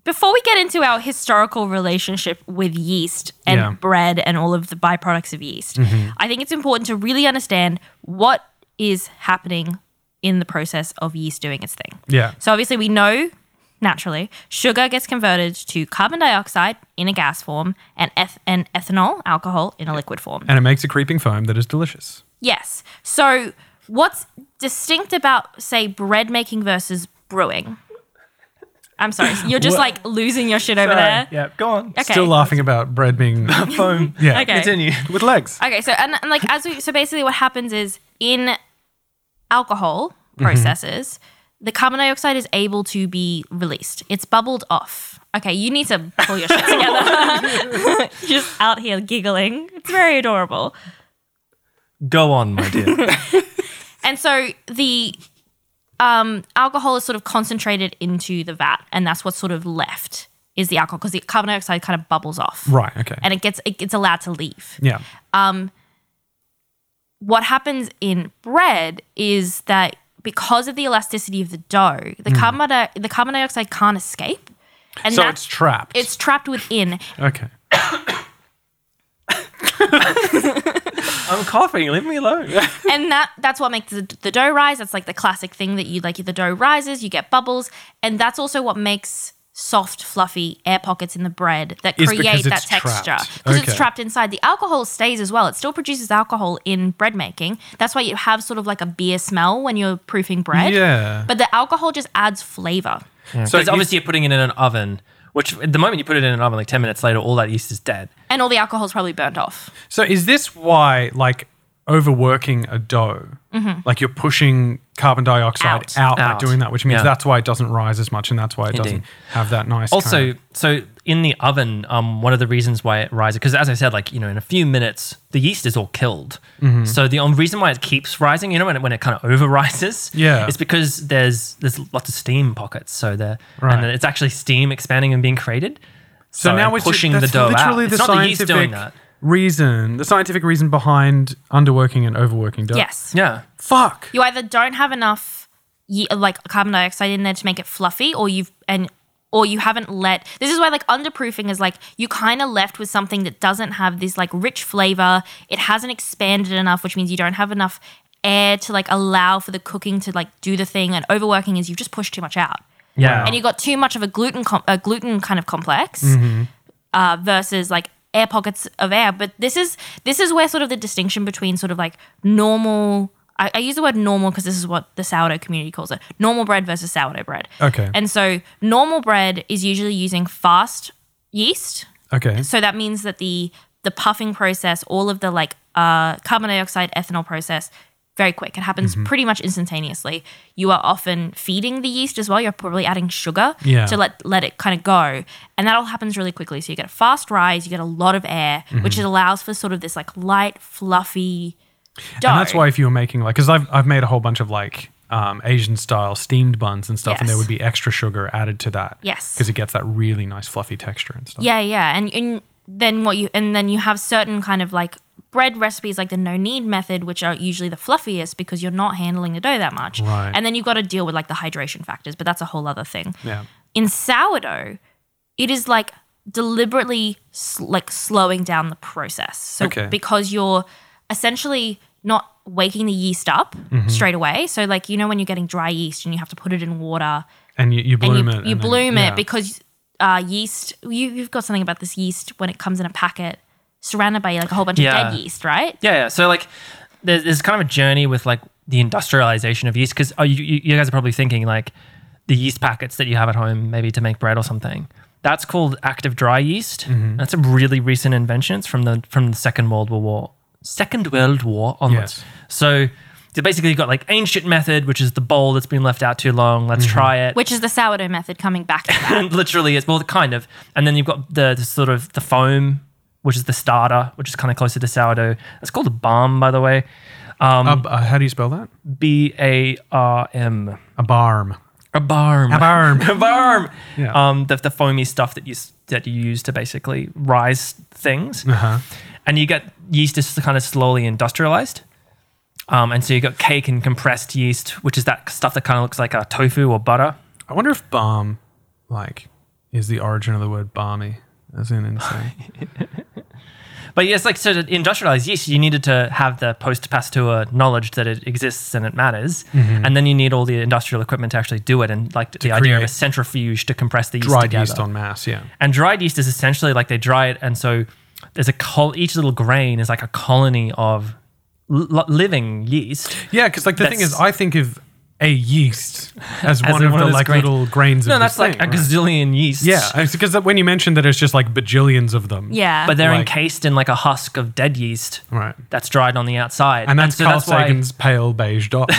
Speaker 3: before we get into our historical relationship with yeast and
Speaker 2: Yeah. Mm-hmm.
Speaker 3: bread and all of the byproducts of yeast, I think it's important to really understand what is happening in the process of yeast doing its thing.
Speaker 2: Yeah.
Speaker 3: So obviously we know naturally sugar gets converted to carbon dioxide in a gas form and eth- and ethanol alcohol in a liquid form.
Speaker 2: And it makes a creeping foam that is delicious.
Speaker 3: Yes. So what's distinct about say bread making versus brewing? I'm sorry. You're just like losing your shit over
Speaker 1: Sorry.
Speaker 3: there.
Speaker 1: Yeah, go on.
Speaker 3: Okay.
Speaker 2: Still laughing about bread being
Speaker 1: (laughs)
Speaker 3: (laughs)
Speaker 1: Foam.
Speaker 2: (laughs) yeah
Speaker 3: Okay.
Speaker 1: Continue.
Speaker 2: with legs.
Speaker 3: Okay, so and, and like as we so basically what happens is in alcohol processes, the carbon dioxide is able to be released. It's bubbled off. Okay, you need to pull your shit together. (laughs) You're just out here giggling. It's very adorable.
Speaker 1: Go on, my
Speaker 2: (laughs)
Speaker 1: dear.
Speaker 3: And so the um, alcohol is sort of concentrated into the vat, and that's what's sort of left is the alcohol because the carbon dioxide kind of bubbles off,
Speaker 2: Right. Okay.
Speaker 3: and it gets it gets allowed to leave.
Speaker 2: yeah.
Speaker 3: what happens in bread is that because of the elasticity of the dough, the carbon di- the carbon dioxide can't escape, and
Speaker 2: Hmm. So
Speaker 3: that's
Speaker 2: it's trapped.
Speaker 3: it's trapped within.
Speaker 2: okay.
Speaker 1: I'm coughing. Leave me alone.
Speaker 3: and that that's what makes the, the dough rise. That's like the classic thing that you like the dough rises, you get bubbles, and that's also what makes soft, fluffy air pockets in the bread that
Speaker 2: Is because
Speaker 3: create that
Speaker 2: it's trapped.
Speaker 3: texture because
Speaker 2: Okay.
Speaker 3: it's trapped inside. The alcohol stays as well. It still produces alcohol in bread making. That's why you have sort of like a beer smell when you're proofing bread.
Speaker 2: Yeah.
Speaker 3: But the alcohol just adds flavor.
Speaker 1: So
Speaker 2: if-
Speaker 1: obviously you're putting it in an oven, which at the moment you put it in an oven, like ten minutes later, all that yeast is dead.
Speaker 3: And all the alcohol's probably burnt off.
Speaker 2: So is this why like overworking a dough, like you're pushing carbon dioxide
Speaker 3: Mm-hmm. Out.
Speaker 2: out, by
Speaker 1: Out.
Speaker 2: doing that, which means
Speaker 1: Yeah.
Speaker 2: that's why it doesn't rise as much and that's why it doesn't
Speaker 1: Indeed.
Speaker 2: have that nice.
Speaker 1: Also,
Speaker 2: kind of-
Speaker 1: so in the oven, um, one of the reasons why it rises, because as I said, like you know, in a few minutes, the yeast is all killed.
Speaker 2: Mm-hmm.
Speaker 1: So the only reason why it keeps rising, you know, when it, when it kind of over rises,
Speaker 2: Yeah.
Speaker 1: is because there's there's lots of steam pockets. So there,
Speaker 2: Right.
Speaker 1: and it's actually steam expanding and being created. So,
Speaker 2: now it's
Speaker 1: pushing the
Speaker 2: that's
Speaker 1: dough
Speaker 2: literally
Speaker 1: out.
Speaker 2: the
Speaker 1: it's not the yeast
Speaker 2: scientific
Speaker 1: doing that.
Speaker 2: reason, the scientific reason behind underworking and overworking dough.
Speaker 3: Yes.
Speaker 1: Yeah.
Speaker 2: Fuck.
Speaker 3: You either don't have enough ye- like carbon dioxide in there to make it fluffy or you've and or you haven't let this is why like underproofing is like you kind of left with something that doesn't have this like rich flavor it hasn't expanded enough which means you don't have enough air to like allow for the cooking to like do the thing and overworking is you've just pushed too much out
Speaker 1: Yeah.
Speaker 3: and you got too much of a gluten com- a gluten kind of complex uh, versus like air pockets of air. But this is this is where sort of the distinction between sort of like normal. I, I use the word normal because this is what the sourdough community calls it: normal bread versus sourdough bread.
Speaker 2: Okay.
Speaker 3: And so normal bread is usually using fast yeast,
Speaker 2: Okay.
Speaker 3: so that means that the the puffing process, all of the like uh, carbon dioxide ethanol process, very quick. It happens
Speaker 2: Mm-hmm.
Speaker 3: pretty much instantaneously. You are often feeding the yeast as well. You're probably adding sugar
Speaker 2: Yeah.
Speaker 3: to let let it kind of go, and that all happens really quickly. So you get a fast rise. You get a lot of air, which
Speaker 2: Mm-hmm.
Speaker 3: it allows for sort of this like light, fluffy dough.
Speaker 2: And that's why if you were making like, because I've I've made a whole bunch of like um, Asian style steamed buns and stuff, and there
Speaker 3: Yes.
Speaker 2: would be extra sugar added to that.
Speaker 3: Yes.
Speaker 2: Because it gets that really nice fluffy texture and stuff.
Speaker 3: Yeah, yeah, and and then what you and then you have certain kind of like bread recipes like the no knead method, which are usually the fluffiest because you're not handling the dough that much.
Speaker 2: Right.
Speaker 3: And then you've got to deal with like the hydration factors, but that's a whole other thing.
Speaker 2: Yeah.
Speaker 3: In sourdough, it is like deliberately sl- like slowing down the process. So
Speaker 2: Okay.
Speaker 3: because you're essentially not waking the yeast up
Speaker 2: Mm-hmm.
Speaker 3: straight away. So like you know when you're getting dry yeast and you have to put it in water
Speaker 2: And you, you bloom
Speaker 3: and you,
Speaker 2: it.
Speaker 3: you
Speaker 2: and then-
Speaker 3: bloom
Speaker 2: yeah.
Speaker 3: it because uh, yeast. You, you've got something about this yeast when it comes in a packet, surrounded by like a whole bunch
Speaker 1: Yeah.
Speaker 3: of dead yeast, right?
Speaker 1: Yeah, yeah. So like, there's, there's kind of a journey with like the industrialization of yeast because you, you you guys are probably thinking like the yeast packets that you have at home maybe to make bread or something. That's called active dry yeast. That's a really recent invention. It's from the from the Second World War, Second World War onwards.
Speaker 2: Yes.
Speaker 1: So. So basically, you've got like ancient method, which is the bowl that's been left out too long. Let's try it.
Speaker 3: Which is the sourdough method coming back to
Speaker 2: (laughs)
Speaker 3: that.
Speaker 1: And (laughs) literally it's well kind of and then you've got the, the sort of the foam which is the starter which is kind of closer to sourdough it's called a balm by the way
Speaker 2: A b- uh, how do you spell that?
Speaker 1: b-a-r-m
Speaker 2: A barm.
Speaker 1: a barm
Speaker 2: A (laughs) barm.
Speaker 1: a barm
Speaker 2: Yeah.
Speaker 1: um the, the foamy stuff that you s- that you use to basically rise things
Speaker 2: uh-huh.
Speaker 1: and you get yeast is kind of slowly industrialized um, and so you got cake and compressed yeast, which is that stuff that kind of looks like a tofu or butter.
Speaker 2: I wonder if barm, like, is the origin of the word barmy, as in
Speaker 3: (laughs)
Speaker 2: insane.
Speaker 1: But yes, like so, to industrialize yeast, you needed to have the post Pasteur knowledge that it exists and it matters, and then you need all the industrial equipment to actually do it, and like the idea of a
Speaker 2: create
Speaker 1: centrifuge to compress the yeast
Speaker 2: Dried
Speaker 1: together.
Speaker 2: yeast on mass, yeah.
Speaker 1: and dried yeast is essentially like they dry it, and so there's a col- each little grain is like a colony of l- living yeast.
Speaker 2: Yeah, because like the thing is,
Speaker 1: That's-
Speaker 2: I think of a (laughs) yeast
Speaker 1: As
Speaker 2: as, one
Speaker 1: in
Speaker 2: of
Speaker 1: one
Speaker 2: the
Speaker 1: of those
Speaker 2: like
Speaker 1: grains.
Speaker 2: little grains.
Speaker 1: No,
Speaker 2: of
Speaker 1: that's
Speaker 2: this
Speaker 1: like
Speaker 2: thing,
Speaker 1: a
Speaker 2: right?
Speaker 1: gazillion yeasts.
Speaker 2: yeah, because when you mentioned that it's just like bajillions of them.
Speaker 3: Yeah.
Speaker 1: but they're
Speaker 2: Like-
Speaker 1: encased in like a husk of dead yeast
Speaker 2: Right.
Speaker 1: that's dried on the outside,
Speaker 2: And that's
Speaker 1: so
Speaker 2: Carl
Speaker 1: why-
Speaker 2: Sagan's pale beige
Speaker 3: (laughs)
Speaker 2: dot.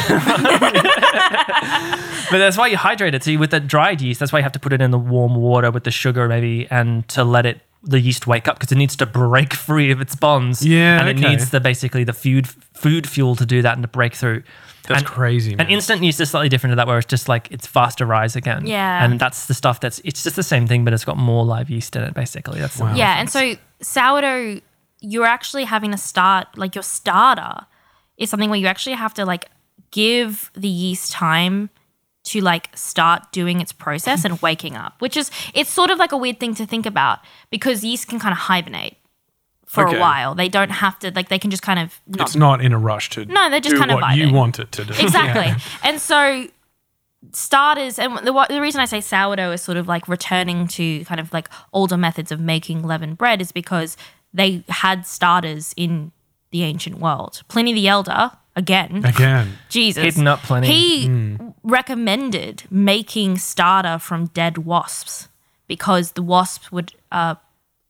Speaker 1: But that's why you hydrate it. See, with the dried yeast, that's why you have to put it in the warm water with the sugar, maybe, and to let it the yeast wake up because it needs to break (laughs) free of its bonds.
Speaker 2: Yeah,
Speaker 1: and it
Speaker 2: okay.
Speaker 1: needs the basically the food food fuel to do that and to break through.
Speaker 2: That's
Speaker 1: And-
Speaker 2: crazy. Man.
Speaker 1: And instant yeast is slightly different to that, where it's just like it's faster rise again.
Speaker 3: Yeah.
Speaker 1: and that's the stuff that's it's just the same thing, but it's got more live yeast in it. Basically, that's the-
Speaker 2: Wow.
Speaker 3: yeah, and so sourdough, you're actually having to start like your starter is something where you actually have to like give the yeast time to like start doing its process and waking up, which is it's sort of like a weird thing to think about because yeast can kind of hibernate for
Speaker 2: Okay.
Speaker 3: a while. They don't have to like they can just kind of not
Speaker 2: it's not in a rush to
Speaker 3: No, they're just
Speaker 2: do
Speaker 3: kind of
Speaker 2: what you
Speaker 3: vibing.
Speaker 2: want it
Speaker 1: (laughs)
Speaker 2: to do.
Speaker 3: Exactly. And so starters and the, wha- the reason I say sourdough is sort of like returning to kind of like older methods of making leavened bread is because they had starters in the ancient world. Pliny the Elder, again,
Speaker 1: (laughs)
Speaker 2: Again,
Speaker 3: Jesus.
Speaker 1: Hidden up Pliny. Mm.
Speaker 3: He recommended making starter from dead wasps because the wasps would uh,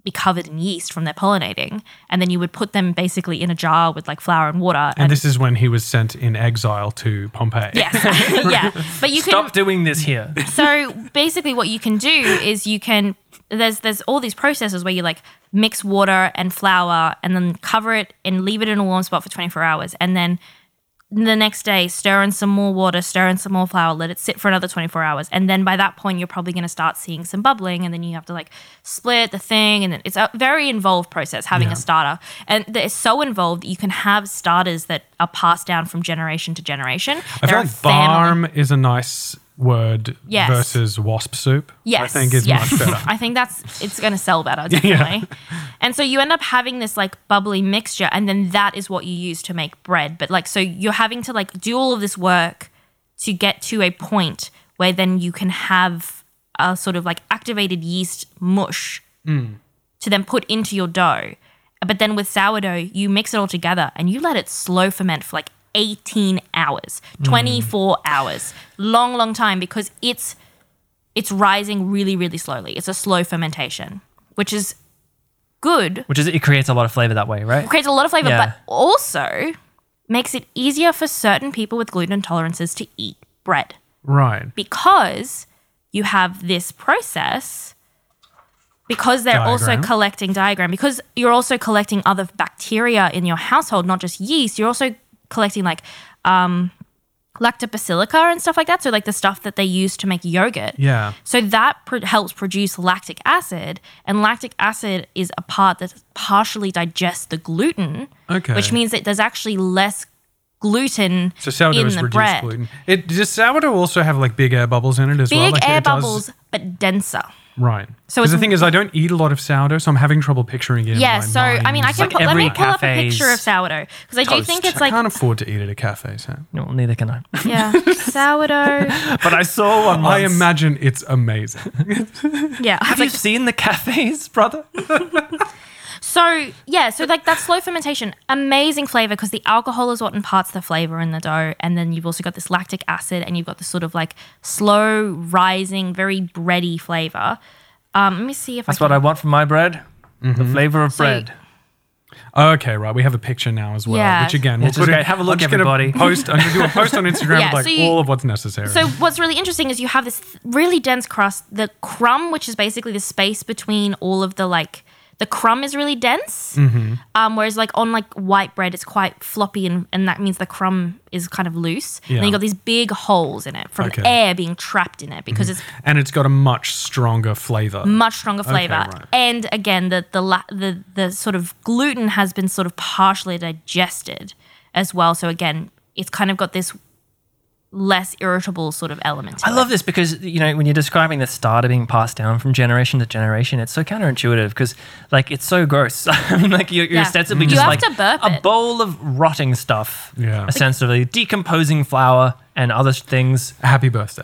Speaker 3: be covered in yeast from their pollinating. And then you would put them basically in a jar with like flour and water.
Speaker 2: and this is when he was sent in exile to Pompeii.
Speaker 3: Yes. (laughs) yeah. But you can
Speaker 1: Stop doing this here.
Speaker 3: so basically what you can do is you can there's there's all these processes where you like mix water and flour and then cover it and leave it in a warm spot for 24 hours and then the next day stir in some more water stir in some more flour let it sit for another 24 hours and then by that point you're probably going to start seeing some bubbling and then you have to like split the thing and then it's a very involved process having a starter and that is so involved that you can have starters that are passed down from generation to generation
Speaker 2: I
Speaker 3: They're
Speaker 2: feel
Speaker 3: a
Speaker 2: like
Speaker 3: family.
Speaker 2: barm is a nice word
Speaker 3: Yes.
Speaker 2: versus wasp soup.
Speaker 3: Yes.
Speaker 2: I think is
Speaker 3: yes.
Speaker 2: much better.
Speaker 3: (laughs) I think that's it's going to sell
Speaker 2: (laughs)
Speaker 3: better definitely. And so you end up having this like bubbly mixture and then that is what you use to make bread. But like so you're having to like do all of this work to get to a point where then you can have a sort of like activated yeast mush
Speaker 2: Mm.
Speaker 3: to then put into your dough. But then with sourdough, you mix it all together and you let it slow ferment for like 18 hours,
Speaker 2: Mm.
Speaker 3: 24 hours. Long long time because it's it's rising really, really slowly. It's a slow fermentation, which is good.
Speaker 1: Which is it creates a lot of flavor that way, right?
Speaker 3: It creates a lot of flavor,
Speaker 1: Yeah.
Speaker 3: but also makes it easier for certain people with gluten intolerances to eat bread
Speaker 2: Right.
Speaker 3: because you have this process because they're also
Speaker 2: Diagram.
Speaker 3: collecting diagram because you're also collecting other bacteria in your household not just yeast you're also collecting like um, lactobacillica and stuff like that so like the stuff that they use to make yogurt
Speaker 2: Yeah.
Speaker 3: so that pro- helps produce lactic acid, and lactic acid is a part that partially digests the gluten,
Speaker 2: Okay.
Speaker 3: which means that there's actually less gluten
Speaker 2: So sourdough
Speaker 3: in
Speaker 2: is
Speaker 3: the
Speaker 2: reduced
Speaker 3: bread.
Speaker 2: gluten. It does sourdough also have like big air bubbles in it as
Speaker 3: Big
Speaker 2: well. Like,
Speaker 3: air
Speaker 2: it does-
Speaker 3: bubbles, but denser.
Speaker 2: Right. So
Speaker 3: So
Speaker 2: the
Speaker 3: it's-
Speaker 2: thing is, I don't eat a lot of sourdough, so I'm having trouble picturing it. in
Speaker 3: Yeah.
Speaker 2: my
Speaker 3: So I mean, I
Speaker 2: mind.
Speaker 3: can
Speaker 1: Like
Speaker 3: pu- let
Speaker 1: every
Speaker 3: me pull up a
Speaker 1: cafe's
Speaker 3: picture of sourdough because I do think
Speaker 1: toast.
Speaker 3: it's
Speaker 2: I
Speaker 3: like
Speaker 2: can't afford to eat at a cafe, Sam.
Speaker 1: No, neither can I.
Speaker 2: (laughs)
Speaker 3: yeah, sourdough.
Speaker 1: (laughs) But I saw one.
Speaker 2: I
Speaker 1: once.
Speaker 2: imagine it's amazing.
Speaker 3: Yeah.
Speaker 1: Have you seen the cafes, brother?
Speaker 3: So yeah, so like that slow fermentation, amazing flavor because the alcohol is what imparts the flavor in the dough, and then you've also got this lactic acid, and you've got this sort of like slow rising, very bready flavor. Um, let me see if
Speaker 1: That's
Speaker 3: I
Speaker 1: what
Speaker 3: can.
Speaker 1: I want for my bread. The flavor of
Speaker 3: Mm-hmm. So-
Speaker 1: bread.
Speaker 2: okay, right. We have a picture now as well,
Speaker 3: Yeah.
Speaker 2: which again,
Speaker 1: Yeah,
Speaker 2: we'll
Speaker 1: just
Speaker 2: put in-
Speaker 1: great. Have a look,
Speaker 2: I'm just gonna
Speaker 1: everybody.
Speaker 2: (laughs) Post. I'm gonna do a post
Speaker 3: (laughs)
Speaker 2: on Instagram
Speaker 3: Yeah,
Speaker 2: with
Speaker 3: so
Speaker 2: like
Speaker 3: you-
Speaker 2: all of what's necessary.
Speaker 3: So what's really interesting is you have this th- really dense crust. The crumb, which is basically the space between all of the like, the crumb is really dense.
Speaker 2: Mm-hmm.
Speaker 3: Um, whereas like on like white bread, it's quite floppy, and, and that means the crumb is kind of loose. And then
Speaker 2: Yeah.
Speaker 3: you got these big holes in it from
Speaker 2: Okay. Mm-hmm.
Speaker 3: air being trapped in it because it's
Speaker 2: and it's got a much stronger flavor.
Speaker 3: much stronger flavor.
Speaker 2: right.
Speaker 3: And again, the the, la- the the sort of gluten has been sort of partially digested as well. So again, it's kind of got this less irritable sort of element. to
Speaker 1: I
Speaker 3: it.
Speaker 1: love this because you know when you're describing the starter being passed down from generation to generation, it's so counterintuitive because like it's so gross. (laughs) I mean, like you're, you're
Speaker 3: Yeah. Mm-hmm.
Speaker 1: ostensibly
Speaker 3: You
Speaker 1: just
Speaker 3: have
Speaker 1: like
Speaker 3: to burp
Speaker 1: a
Speaker 3: it.
Speaker 1: bowl of rotting stuff,
Speaker 2: Yeah.
Speaker 1: essentially decomposing flour and other
Speaker 3: (laughs)
Speaker 1: things. (laughs)
Speaker 2: Happy birthday.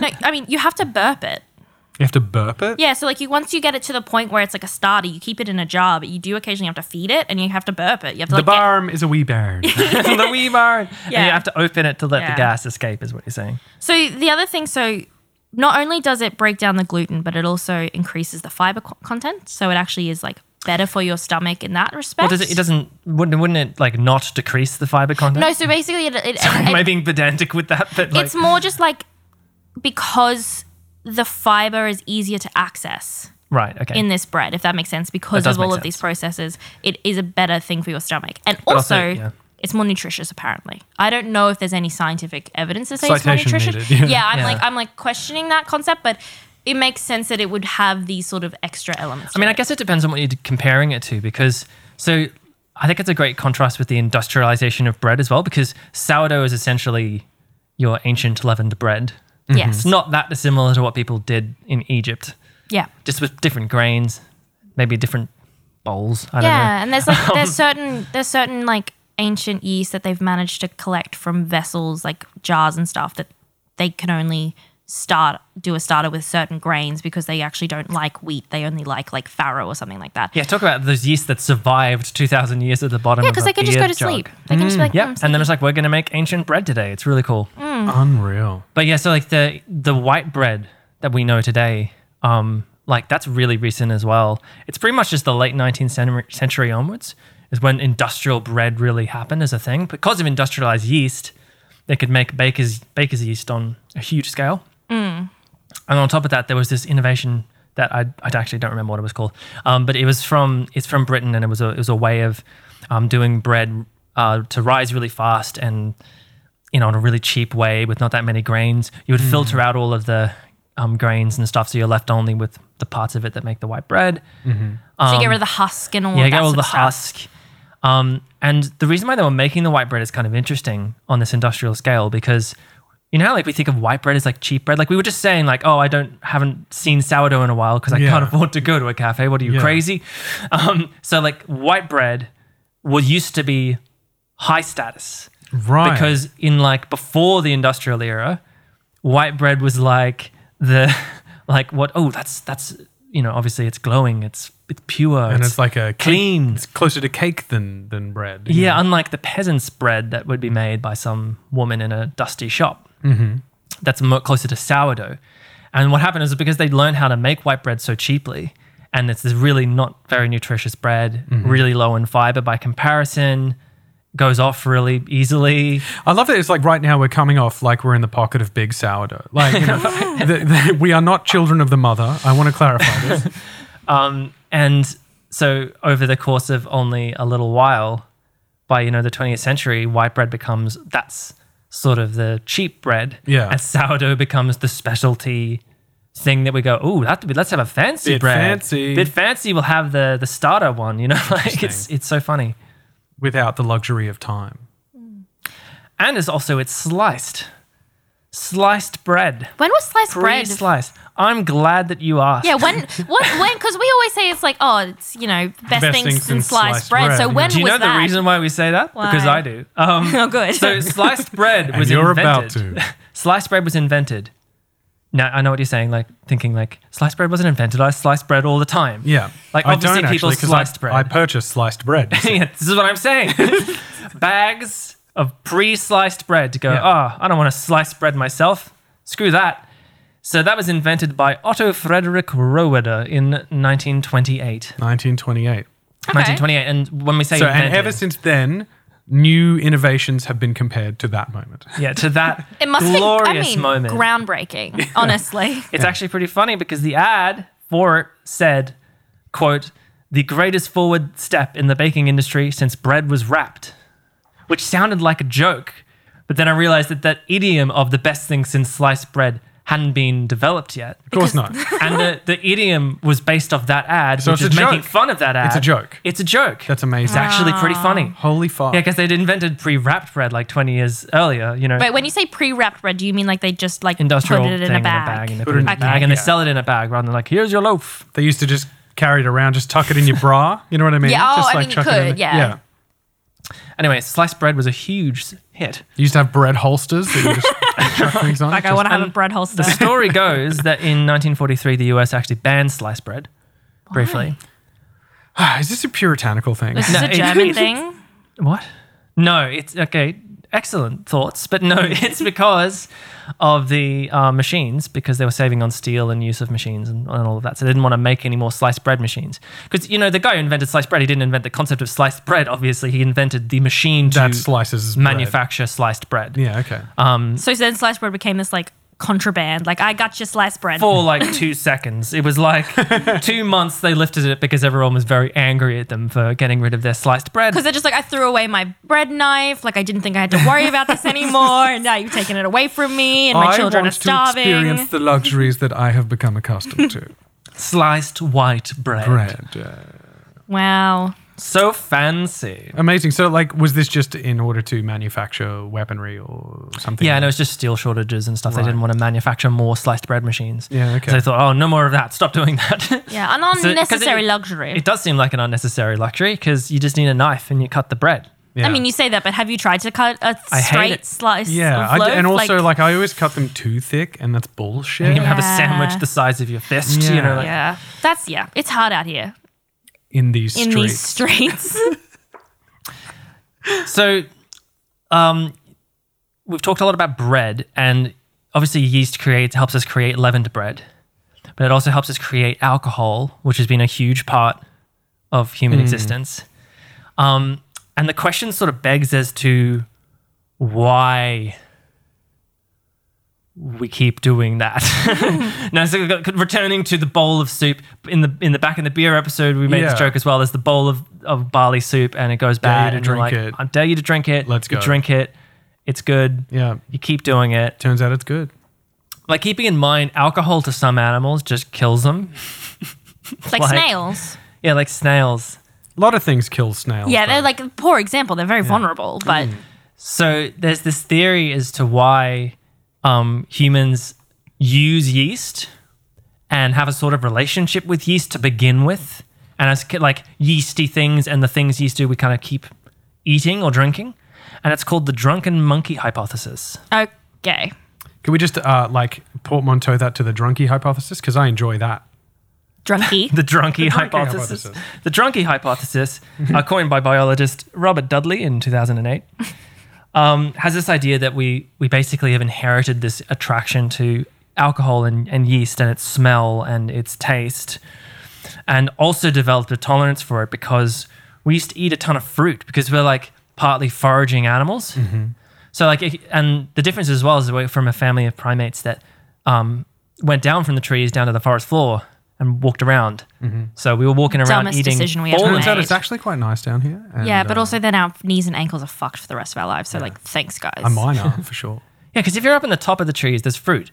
Speaker 3: No, I mean you have to burp it.
Speaker 2: You have to burp it.
Speaker 3: Yeah, so like you once you get it to the point where it's like a starter, you keep it in a jar, but you do occasionally have to feed it and you have to burp it. You have to
Speaker 2: The
Speaker 3: like get-
Speaker 2: barm is a wee
Speaker 3: (laughs)
Speaker 2: barn.
Speaker 1: the wee barn. And you
Speaker 3: Yeah.
Speaker 1: have to open it to let
Speaker 3: Yeah.
Speaker 1: the gas escape, is what you're saying.
Speaker 3: So the other thing, so not only does it break down the gluten, but it also increases the fiber co- content. So it actually is like better for your stomach in that
Speaker 1: Well,
Speaker 3: respect.
Speaker 1: does it, it doesn't wouldn't wouldn't it like not decrease the fiber content?
Speaker 3: No, so basically, it, it,
Speaker 1: (laughs)
Speaker 3: it-
Speaker 1: Am I being pedantic with that? But like,
Speaker 3: it's more just like because the fiber is easier to access
Speaker 1: right, okay.
Speaker 3: in this bread, if that makes sense, because
Speaker 1: That does
Speaker 3: of all
Speaker 1: make
Speaker 3: of these
Speaker 1: sense.
Speaker 3: processes, it is a better thing for your stomach. And
Speaker 1: also,
Speaker 3: also,
Speaker 1: yeah.
Speaker 3: it's more nutritious, apparently. I don't know if there's any scientific evidence to say
Speaker 2: Citation
Speaker 3: it's more nutritious.
Speaker 2: needed, yeah.
Speaker 3: Yeah, I'm
Speaker 1: Yeah.
Speaker 3: like I'm like questioning that concept, but it makes sense that it would have these sort of extra elements.
Speaker 1: I mean, I guess it depends on what you're comparing it to because so I think it's a great contrast with the industrialization of bread as well because sourdough is essentially your ancient leavened bread.
Speaker 3: yes,
Speaker 1: It's not that dissimilar to what people did in Egypt,
Speaker 3: yeah.
Speaker 1: just with different grains, maybe different bowls. I don't
Speaker 3: yeah,
Speaker 1: know. Um,
Speaker 3: and there's like there's certain there's certain like ancient yeast that they've managed to collect from vessels like jars and stuff that they can only start do a starter with certain grains because they actually don't like wheat. They only like like farro or something like that.
Speaker 1: Yeah, talk about those yeast that survived 2,000 years at the bottom
Speaker 3: Yeah,
Speaker 1: of
Speaker 3: because
Speaker 1: a
Speaker 3: they can just go
Speaker 1: beer
Speaker 3: to
Speaker 1: jug.
Speaker 3: sleep. They can just be like,
Speaker 1: Yep.
Speaker 3: "Mm,
Speaker 1: and then it's like, we're going to make ancient bread today. It's really cool.
Speaker 2: Unreal.
Speaker 1: But yeah, so like the the white bread that we know today, um, like that's really recent as well. It's pretty much just the late 19th century, century onwards is when industrial bread really happened as a thing. Because of industrialized yeast, they could make baker's baker's yeast on a huge scale. And on top of that, there was this innovation that I, I actually don't remember what it was called, um, but it was from it's from Britain, and it was a it was a way of um, doing bread uh, to rise really fast and you know in a really cheap way with not that many grains. You
Speaker 2: Hmm.
Speaker 1: would filter out all of the um, grains and stuff, so you're left only with the parts of it that make the white bread.
Speaker 3: so you get rid of the husk and all
Speaker 1: Um, Yeah,
Speaker 3: of
Speaker 1: get
Speaker 3: that
Speaker 1: all
Speaker 3: sort
Speaker 1: the
Speaker 3: of stuff.
Speaker 1: husk. Um, and the reason why they were making the white bread is kind of interesting on this industrial scale because You know, how, like we think of white bread as like cheap bread. Like we were just saying, like, oh, I don't haven't seen sourdough in a while because I
Speaker 2: Yeah.
Speaker 1: can't afford to go to a cafe. What are you
Speaker 2: Yeah.
Speaker 1: crazy? Um, so like white bread was used to be high status
Speaker 2: Right.
Speaker 1: because in like before the industrial era, white bread was like the (laughs) like what? Oh, that's that's you know obviously it's glowing, it's it's pure,
Speaker 2: and it's, like a cake-
Speaker 1: clean.
Speaker 2: It's closer to cake than than bread. you
Speaker 1: Yeah, unlike the peasant's bread that would be made by some woman in a dusty shop. Mm-hmm. That's more closer to sourdough. And what happened is because they learned how to make white bread so cheaply, and it's this really not very nutritious bread,
Speaker 2: Mm-hmm.
Speaker 1: really low in fiber by comparison, goes off really easily.
Speaker 2: I love that it's like right now we're coming off like we're in the pocket of big sourdough. Like you
Speaker 1: (laughs)
Speaker 2: know, the, the, we are not children of the mother. I want to clarify
Speaker 1: (laughs)
Speaker 2: this.
Speaker 1: Um, and so over the course of only a little while, by you know the 20th century, white bread becomes that's sort of the cheap bread,
Speaker 2: Yeah.
Speaker 1: and sourdough becomes the specialty thing that we go, oh, that let's have a fancy
Speaker 2: Bit
Speaker 1: bread,
Speaker 2: fancy."
Speaker 1: bit fancy. We'll have the the starter one, you know, (laughs) like it's
Speaker 2: Interesting.
Speaker 1: it's so funny,
Speaker 2: Without the luxury of time.
Speaker 1: and it's also it's sliced, sliced bread,
Speaker 3: When was sliced bread?
Speaker 1: pre-sliced. I'm glad that you asked.
Speaker 3: Yeah, when what when? Because we always say it's like, oh, it's you know best,
Speaker 2: Best
Speaker 3: things
Speaker 2: things
Speaker 3: since,
Speaker 2: since
Speaker 3: sliced,
Speaker 2: sliced
Speaker 3: bread.
Speaker 2: bread,
Speaker 3: So
Speaker 2: yeah.
Speaker 3: when
Speaker 1: Do you
Speaker 3: was
Speaker 1: know
Speaker 3: that?
Speaker 1: the reason why we say that? Because
Speaker 3: Why?
Speaker 1: I do. Um,
Speaker 3: (laughs) Oh, good.
Speaker 1: So sliced bread was
Speaker 2: you're about
Speaker 1: invented.
Speaker 2: to.
Speaker 1: (laughs) Sliced bread was invented. Now I know what you're saying, like thinking like sliced bread wasn't invented. I slice bread all the time.
Speaker 2: Yeah.
Speaker 1: Like,
Speaker 2: I
Speaker 1: obviously
Speaker 2: don't
Speaker 1: people
Speaker 2: actually, 'cause
Speaker 1: sliced
Speaker 2: I,
Speaker 1: bread.
Speaker 2: I purchased sliced bread.
Speaker 1: (laughs) Yeah, (laughs) this is what I'm
Speaker 2: (laughs)
Speaker 1: saying. Bags of pre-sliced bread to go,
Speaker 2: Yeah.
Speaker 1: oh, I don't want to slice bread myself. Screw that. So that was invented by Otto Frederick Roeder in 1928.
Speaker 2: 1928.
Speaker 1: 1928, and when we say
Speaker 2: So
Speaker 1: invented,
Speaker 2: and ever since then, new innovations have been compared to that moment.
Speaker 1: yeah, to that
Speaker 3: it must
Speaker 1: glorious
Speaker 3: be, I mean,
Speaker 1: moment. (laughs)
Speaker 3: groundbreaking. Honestly,
Speaker 1: It's actually pretty funny because the ad for it said, quote, the greatest forward step in the baking industry since bread was wrapped, which sounded like a joke. But then I realized that that idiom of the best thing since sliced bread hadn't been developed
Speaker 2: (laughs)
Speaker 1: yet.
Speaker 2: Of course not.
Speaker 1: And the, the idiom was based off that ad,
Speaker 2: So
Speaker 1: which
Speaker 2: it's
Speaker 1: is
Speaker 2: a
Speaker 1: making
Speaker 2: jock.
Speaker 1: fun of that ad.
Speaker 2: a joke.
Speaker 1: It's a joke.
Speaker 2: That's amazing.
Speaker 1: It's actually pretty funny.
Speaker 2: Holy fuck.
Speaker 1: Yeah, because they'd invented pre-wrapped bread like 20 years earlier, you know
Speaker 3: wait. When you say pre-wrapped bread, do you mean like they just like
Speaker 1: industrial
Speaker 3: put it
Speaker 1: thing
Speaker 3: in a bag?
Speaker 1: and they
Speaker 2: Put
Speaker 1: put, it
Speaker 2: it in
Speaker 1: in
Speaker 2: a
Speaker 1: a bag and
Speaker 2: bag,
Speaker 1: they
Speaker 2: yeah.
Speaker 1: sell it in a bag rather than like here's your loaf.
Speaker 2: they used to just carry it around, just tuck it in your bra. You know what I mean?
Speaker 3: Yeah, oh,
Speaker 2: just
Speaker 3: I mean, you
Speaker 2: chuck it in
Speaker 3: could,
Speaker 2: the-
Speaker 3: yeah.
Speaker 2: yeah.
Speaker 1: Anyway, sliced bread was a huge hit.
Speaker 2: You used to have bread holsters that you just chuck
Speaker 1: (laughs)
Speaker 2: things on.
Speaker 3: like I
Speaker 2: Just-
Speaker 3: want to have a bread holster.
Speaker 1: The story goes that in 1943 the US actually banned sliced bread briefly.
Speaker 2: Ah, Is this a puritanical thing?
Speaker 3: (laughs) This is
Speaker 1: No,
Speaker 3: a
Speaker 1: it-
Speaker 3: German thing.
Speaker 1: What? No, it's okay. Excellent thoughts, but no, (laughs) it's because of the uh, machines because they were saving on steel and use of machines and, and all of that. So they didn't want to make any more sliced bread machines because you know the guy who invented sliced bread, he didn't invent the concept of sliced bread. Obviously, he invented the machine to
Speaker 2: (laughs) That slices bread.
Speaker 1: manufacture sliced bread.
Speaker 2: Yeah, okay.
Speaker 3: Uh, So then sliced bread became this like contraband. Like I got your sliced bread.
Speaker 1: for like two seconds. It was
Speaker 2: (laughs)
Speaker 1: like two months they lifted it because everyone was very angry at them for getting rid of their sliced bread.
Speaker 3: Because they're just like, I threw away my bread knife. Like, I didn't think I had to worry about this anymore. And now you've taken it away from me, and my
Speaker 2: I
Speaker 3: children
Speaker 2: want
Speaker 3: are starving.
Speaker 2: to experience the luxuries that I have become accustomed
Speaker 3: (laughs)
Speaker 2: to.
Speaker 1: Sliced white bread.
Speaker 2: bread. yeah.
Speaker 3: wow.
Speaker 1: So fancy.
Speaker 2: Amazing. So, like, was this just in order to manufacture weaponry or something?
Speaker 1: Yeah, and it was just steel shortages and stuff. They didn't
Speaker 2: Right.
Speaker 1: want to manufacture more sliced bread machines.
Speaker 2: Yeah, okay.
Speaker 1: So they thought, oh, no more of that. Stop doing that.
Speaker 3: (laughs) Yeah, an
Speaker 1: So- 'cause
Speaker 3: unnecessary
Speaker 1: it-
Speaker 3: luxury.
Speaker 1: It does seem like an unnecessary luxury because you just need a knife and you cut the bread.
Speaker 2: Yeah.
Speaker 3: I mean, you say that, but have you tried to cut a
Speaker 1: I hate
Speaker 3: straight
Speaker 1: it.
Speaker 3: slice
Speaker 2: Yeah,
Speaker 3: of
Speaker 2: I d-
Speaker 3: loaf?
Speaker 2: and also like, I always cut them too thick, and that's bullshit.
Speaker 1: You have a
Speaker 3: Yeah.
Speaker 1: sandwich the size of your fist. You
Speaker 2: Yeah.
Speaker 1: know, like,
Speaker 3: yeah, that's yeah. It's hard out here
Speaker 2: In these
Speaker 3: in
Speaker 2: streets,
Speaker 3: these streets.
Speaker 1: So, um, we've talked a lot about bread, and obviously yeast creates helps us create leavened bread, but it also helps us create alcohol, which has been a huge part of
Speaker 2: Hmm.
Speaker 1: human existence. Um, and the question sort of begs as to why we keep doing that. (laughs) no, so returning to the bowl of soup in the in the back in the beer episode, we made
Speaker 2: Yeah.
Speaker 1: this joke as well. There's the bowl of, of barley soup, and it goes
Speaker 2: Dare you
Speaker 1: bad.
Speaker 2: to
Speaker 1: and you're like,
Speaker 2: drink it.
Speaker 1: I dare you to drink it.
Speaker 2: Let's
Speaker 1: You
Speaker 2: go.
Speaker 1: drink it. It's good.
Speaker 2: yeah,
Speaker 1: You keep doing it.
Speaker 2: turns out it's good.
Speaker 1: Like keeping in mind, alcohol to some animals just kills them.
Speaker 3: like,
Speaker 1: Like-
Speaker 3: snails.
Speaker 1: Yeah, like snails.
Speaker 2: A lot of things kill
Speaker 1: Oh,
Speaker 2: snails.
Speaker 3: Yeah, they're
Speaker 2: though.
Speaker 3: like a
Speaker 1: Mm.
Speaker 3: poor example. They're very vulnerable, but
Speaker 1: So there's this theory as to why um, humans use yeast and have a sort of relationship with yeast to begin with. And as ki- like yeasty things and the things yeast do, we kind of keep eating or drinking. And it's called the drunken monkey hypothesis.
Speaker 3: Okay.
Speaker 2: Can we just uh, like portmanteau that to the drunkie hypothesis? Because I enjoy that.
Speaker 1: (laughs)
Speaker 3: Drunky.
Speaker 1: The drunky hypothesis.
Speaker 2: hypothesis.
Speaker 1: The drunky hypothesis, uh, coined by biologist Robert Dudley in 2008, um, has this idea that we we basically have inherited this attraction to alcohol and, and yeast and its smell and its taste, and also developed a tolerance for it because we used to eat a ton of fruit because we're like partly foraging animals. So like, it- and the difference as well is we're from a family of primates that um, went down from the trees down to the forest floor and walked around. So we were walking around
Speaker 3: Dumbest
Speaker 1: eating.
Speaker 3: decision we
Speaker 1: all
Speaker 3: ever
Speaker 1: the-
Speaker 2: Turns out
Speaker 3: Right.
Speaker 2: it's actually quite nice down here. and,
Speaker 3: yeah, but
Speaker 2: uh,
Speaker 3: also then our knees and ankles are fucked for the rest of our lives. So like, thanks guys.
Speaker 2: and mine
Speaker 3: (laughs)
Speaker 2: are for sure.
Speaker 1: Yeah, because if you're up in the top of the trees, there's fruit,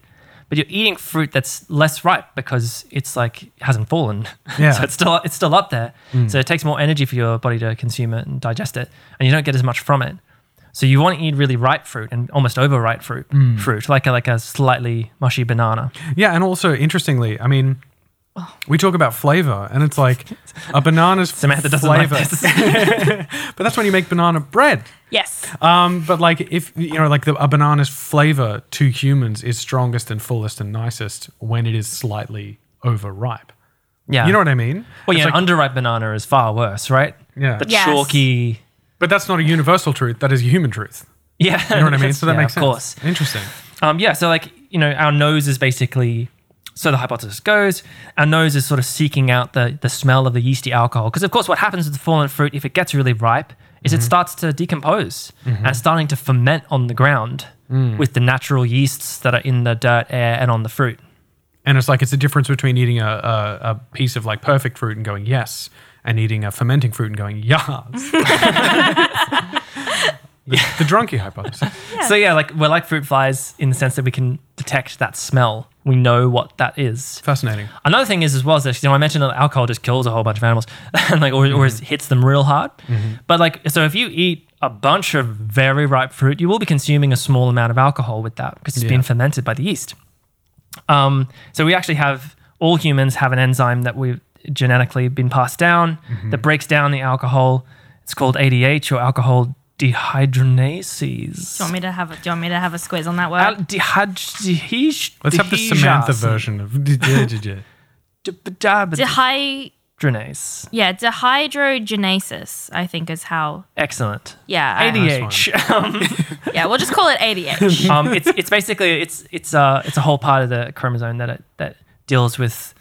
Speaker 1: but you're eating fruit that's less ripe because it's like hasn't fallen. (laughs)
Speaker 2: Yeah. Hmm.
Speaker 1: so it's still it's still up there. So it takes more energy for your body to consume it and digest it, and you don't get as much from it. So you want to eat really ripe fruit and almost overripe fruit,
Speaker 2: Hmm.
Speaker 1: fruit like a, like a slightly mushy banana.
Speaker 2: Yeah, and also interestingly, I mean,
Speaker 1: Oh.
Speaker 2: we talk about flavor, and it's like
Speaker 1: (laughs)
Speaker 2: a banana's
Speaker 1: Samantha doesn't
Speaker 2: flavor,
Speaker 1: like this.
Speaker 2: (laughs) but that's when you make banana bread.
Speaker 3: Yes.
Speaker 1: Uh,
Speaker 2: Um, but like if you know, like the, a banana's flavor to humans is strongest and fullest and nicest when it is slightly overripe.
Speaker 1: Yeah,
Speaker 2: You know what I mean?
Speaker 1: Well, yeah,
Speaker 2: It's like-
Speaker 1: an underripe banana is far worse, right?
Speaker 2: yeah.
Speaker 1: The
Speaker 3: Yes.
Speaker 1: chalky.
Speaker 2: But that's not a universal truth. That is a human truth.
Speaker 1: Yeah,
Speaker 2: You know what I mean? So
Speaker 1: (laughs)
Speaker 2: that
Speaker 1: yeah,
Speaker 2: makes sense.
Speaker 1: Of course.
Speaker 2: Interesting.
Speaker 1: Um, yeah, so like you know, our nose is basically so the hypothesis goes. Our nose is sort of seeking out the the smell of the yeasty alcohol because of course what happens with the fallen fruit if it gets really ripe is it starts to decompose and it's starting to ferment on the ground with the natural yeasts that are in the dirt, air, and on the fruit.
Speaker 2: And it's like it's the difference between eating a, a, a piece of like perfect fruit and going yes, and eating a fermenting fruit and going yes.
Speaker 1: (laughs)
Speaker 2: the, the drunkie hypothesis.
Speaker 1: So yeah, like we're like fruit flies in the sense that we can detect that smell. We know what that is.
Speaker 2: Fascinating.
Speaker 1: Another thing is as well is that you know I mentioned that alcohol just kills a whole bunch of animals (laughs) and like or, or
Speaker 2: Mm-hmm.
Speaker 1: hits them real hard. But like so if you eat a bunch of very ripe fruit, you will be consuming a small amount of alcohol with that because it's
Speaker 2: Yeah.
Speaker 1: been fermented by the yeast. Um, so we actually have all humans have an enzyme that we've genetically been passed down
Speaker 2: Mm-hmm.
Speaker 1: that breaks down the alcohol. It's called ADH or alcohol dehydrogenases.
Speaker 3: Do you want me to have a, do you want me to have a squiz on that word?
Speaker 1: Al- dehydrogenase.
Speaker 2: Let's have the Samantha version of. (laughs)
Speaker 1: version.
Speaker 3: Dehy yeah, dehydrogenasis, I think is how
Speaker 1: Excellent.
Speaker 3: yeah. I-
Speaker 1: ADH.
Speaker 3: yeah, we'll just call
Speaker 1: (laughs)
Speaker 3: it ADH.
Speaker 1: um, it's it's basically it's it's uh it's a whole part of the chromosome that it, that deals with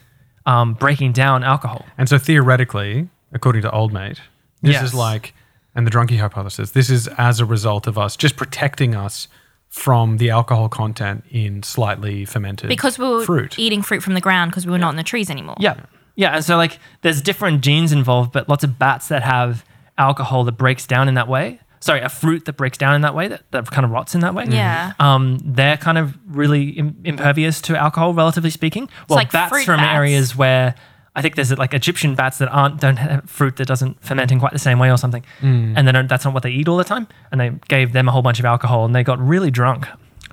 Speaker 1: um, breaking down alcohol.
Speaker 2: And so theoretically, according to old mate, this
Speaker 1: Yes.
Speaker 2: is like, and the drunkie hypothesis, this is as a result of us just protecting us from the alcohol content in slightly fermented
Speaker 3: because we were e-
Speaker 2: fruit.
Speaker 3: eating fruit from the ground because we were not in the trees anymore.
Speaker 1: Yeah, yeah. And so like there's different genes involved, but lots of bats that have alcohol that breaks down in that way. Sorry, a fruit that breaks down in that way that, that kind of rots in that way.
Speaker 3: Yeah.
Speaker 1: Um, they're kind of really im- impervious to alcohol, relatively speaking. Well,
Speaker 3: like
Speaker 1: bats
Speaker 3: fruit
Speaker 1: from
Speaker 3: bats.
Speaker 1: areas where I think there's like Egyptian bats that aren't don't have fruit that doesn't ferment in quite the same way or something, and then that's not what they eat all the time. And they gave them a whole bunch of alcohol and they got really drunk.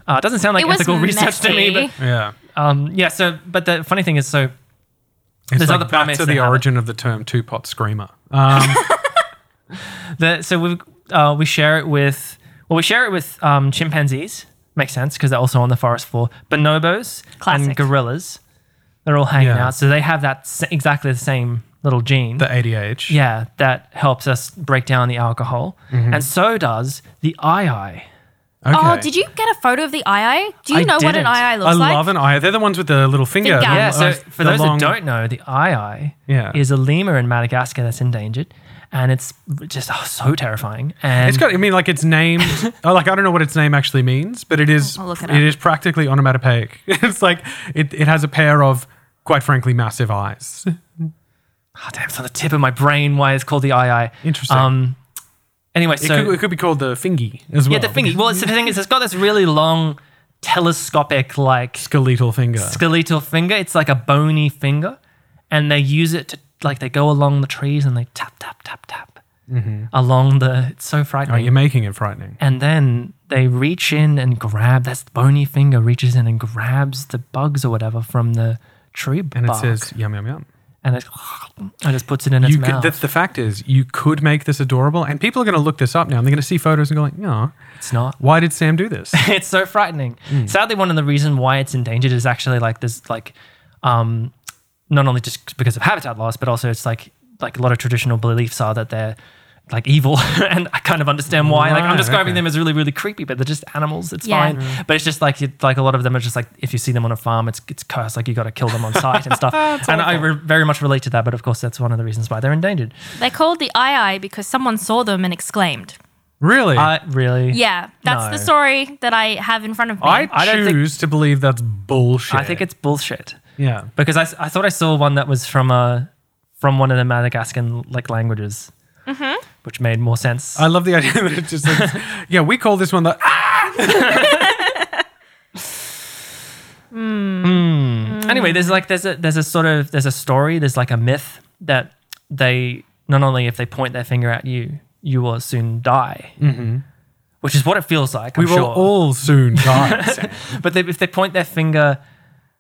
Speaker 1: Uh, it doesn't sound like
Speaker 3: It was
Speaker 1: ethical (laughs) research to me,
Speaker 3: messy.
Speaker 1: but
Speaker 2: yeah.
Speaker 1: um, yeah. So, but the funny thing is, so
Speaker 2: It's
Speaker 1: There's
Speaker 2: like
Speaker 1: other
Speaker 2: back
Speaker 1: primates
Speaker 2: to
Speaker 1: that
Speaker 2: the
Speaker 1: have it.
Speaker 2: origin of the term two pot screamer. Um,
Speaker 1: The, so we uh, we share it with well we share it with um, chimpanzees makes sense because they're also on the forest floor. Bonobos and
Speaker 3: Classic.
Speaker 1: gorillas, they're all hanging
Speaker 2: Yeah.
Speaker 1: out. So they have that s- exactly the same little gene.
Speaker 2: the ADH.
Speaker 1: yeah, that helps us break down the alcohol,
Speaker 2: Mm-hmm.
Speaker 1: and so does the eye eye.
Speaker 2: Okay.
Speaker 3: Oh, did you get a photo of the eye eye? Do you
Speaker 1: I
Speaker 3: know what
Speaker 1: didn't.
Speaker 3: an eye eye
Speaker 2: I
Speaker 3: looks like?
Speaker 2: love an eye. They're the ones with the little finger.
Speaker 3: Finger.
Speaker 2: the-
Speaker 1: Yeah.
Speaker 3: Yeah,
Speaker 1: So
Speaker 2: uh,
Speaker 1: for
Speaker 2: the
Speaker 1: those
Speaker 2: long-
Speaker 1: that don't know, the eye eye
Speaker 2: Yeah.
Speaker 1: is a lemur in Madagascar that's endangered, and it's just oh, so terrifying. And
Speaker 2: It's got. I mean, like its
Speaker 1: (laughs)
Speaker 2: name. oh, like I don't know what its name actually means, but it is.
Speaker 3: I'll look it up.
Speaker 2: it is practically onomatopoeic. (laughs) It's like it, it has a pair of, quite frankly, massive eyes.
Speaker 1: Oh, damn, it's on the tip of my brain why it's called the eye eye.
Speaker 2: Interesting.
Speaker 1: Um, anyway,
Speaker 2: It,
Speaker 1: so
Speaker 2: could, it could be called the fingy as well.
Speaker 1: yeah, the thingy. Well, it's, the thing is, it's got this really long, telescopic, like
Speaker 2: skeletal finger.
Speaker 1: skeletal finger. It's like a bony finger, and they use it to like they go along the trees and they tap tap tap tap along the. It's so
Speaker 2: Oh,
Speaker 1: frightening.
Speaker 2: you're making it frightening.
Speaker 1: and then they reach in and grab that's bony finger reaches in and grabs the bugs or whatever from the tree bark,
Speaker 2: and it says yum yum yum.
Speaker 1: and it and just puts it in its
Speaker 2: You
Speaker 1: mouth.
Speaker 2: could, the, the fact is, you could make this adorable, and people are going to look this up now, and they're going to see photos and go like, "No,
Speaker 1: it's not.
Speaker 2: why did Sam do
Speaker 1: (laughs)
Speaker 2: this?"
Speaker 1: it's so frightening.
Speaker 2: Hmm.
Speaker 1: Sadly, one of the reasons why it's endangered is actually like this, like, um, not only just because of habitat loss, but also it's like like a lot of traditional beliefs are that they're like evil, (laughs) and I kind of understand why. like I'm
Speaker 2: Right,
Speaker 1: describing
Speaker 2: okay.
Speaker 1: them as really, really creepy, but they're just animals. It's
Speaker 3: Yeah.
Speaker 1: fine, but it's just like it, like a lot of them are just like if you see them on a farm, it's it's cursed. Like you got to kill them on sight
Speaker 2: (laughs)
Speaker 1: and stuff. and I re- very much relate to that. But of course, that's one of the reasons why they're endangered.
Speaker 3: They called the II because someone saw them and exclaimed.
Speaker 2: really,
Speaker 1: I really,
Speaker 3: Yeah, that's
Speaker 1: No.
Speaker 3: the story that I have in front of me.
Speaker 2: I,
Speaker 1: I don't
Speaker 2: choose
Speaker 1: think-
Speaker 2: to believe that's bullshit.
Speaker 1: I think it's bullshit.
Speaker 2: yeah.
Speaker 1: because I, s- I thought I saw one that was from a from one of the Madagascan like languages, which made more sense.
Speaker 2: I love the idea that it's just like,
Speaker 1: (laughs)
Speaker 2: yeah, we call this one the. Ah!
Speaker 1: anyway, there's like there's a there's a sort of there's a story there's like a myth that they not only if they point their finger at you you will soon die, mm-hmm. which is what it feels like.
Speaker 2: We
Speaker 1: I'm
Speaker 2: will
Speaker 1: sure.
Speaker 2: all soon die.
Speaker 1: (laughs)
Speaker 2: Sam.
Speaker 1: but they, if they point their finger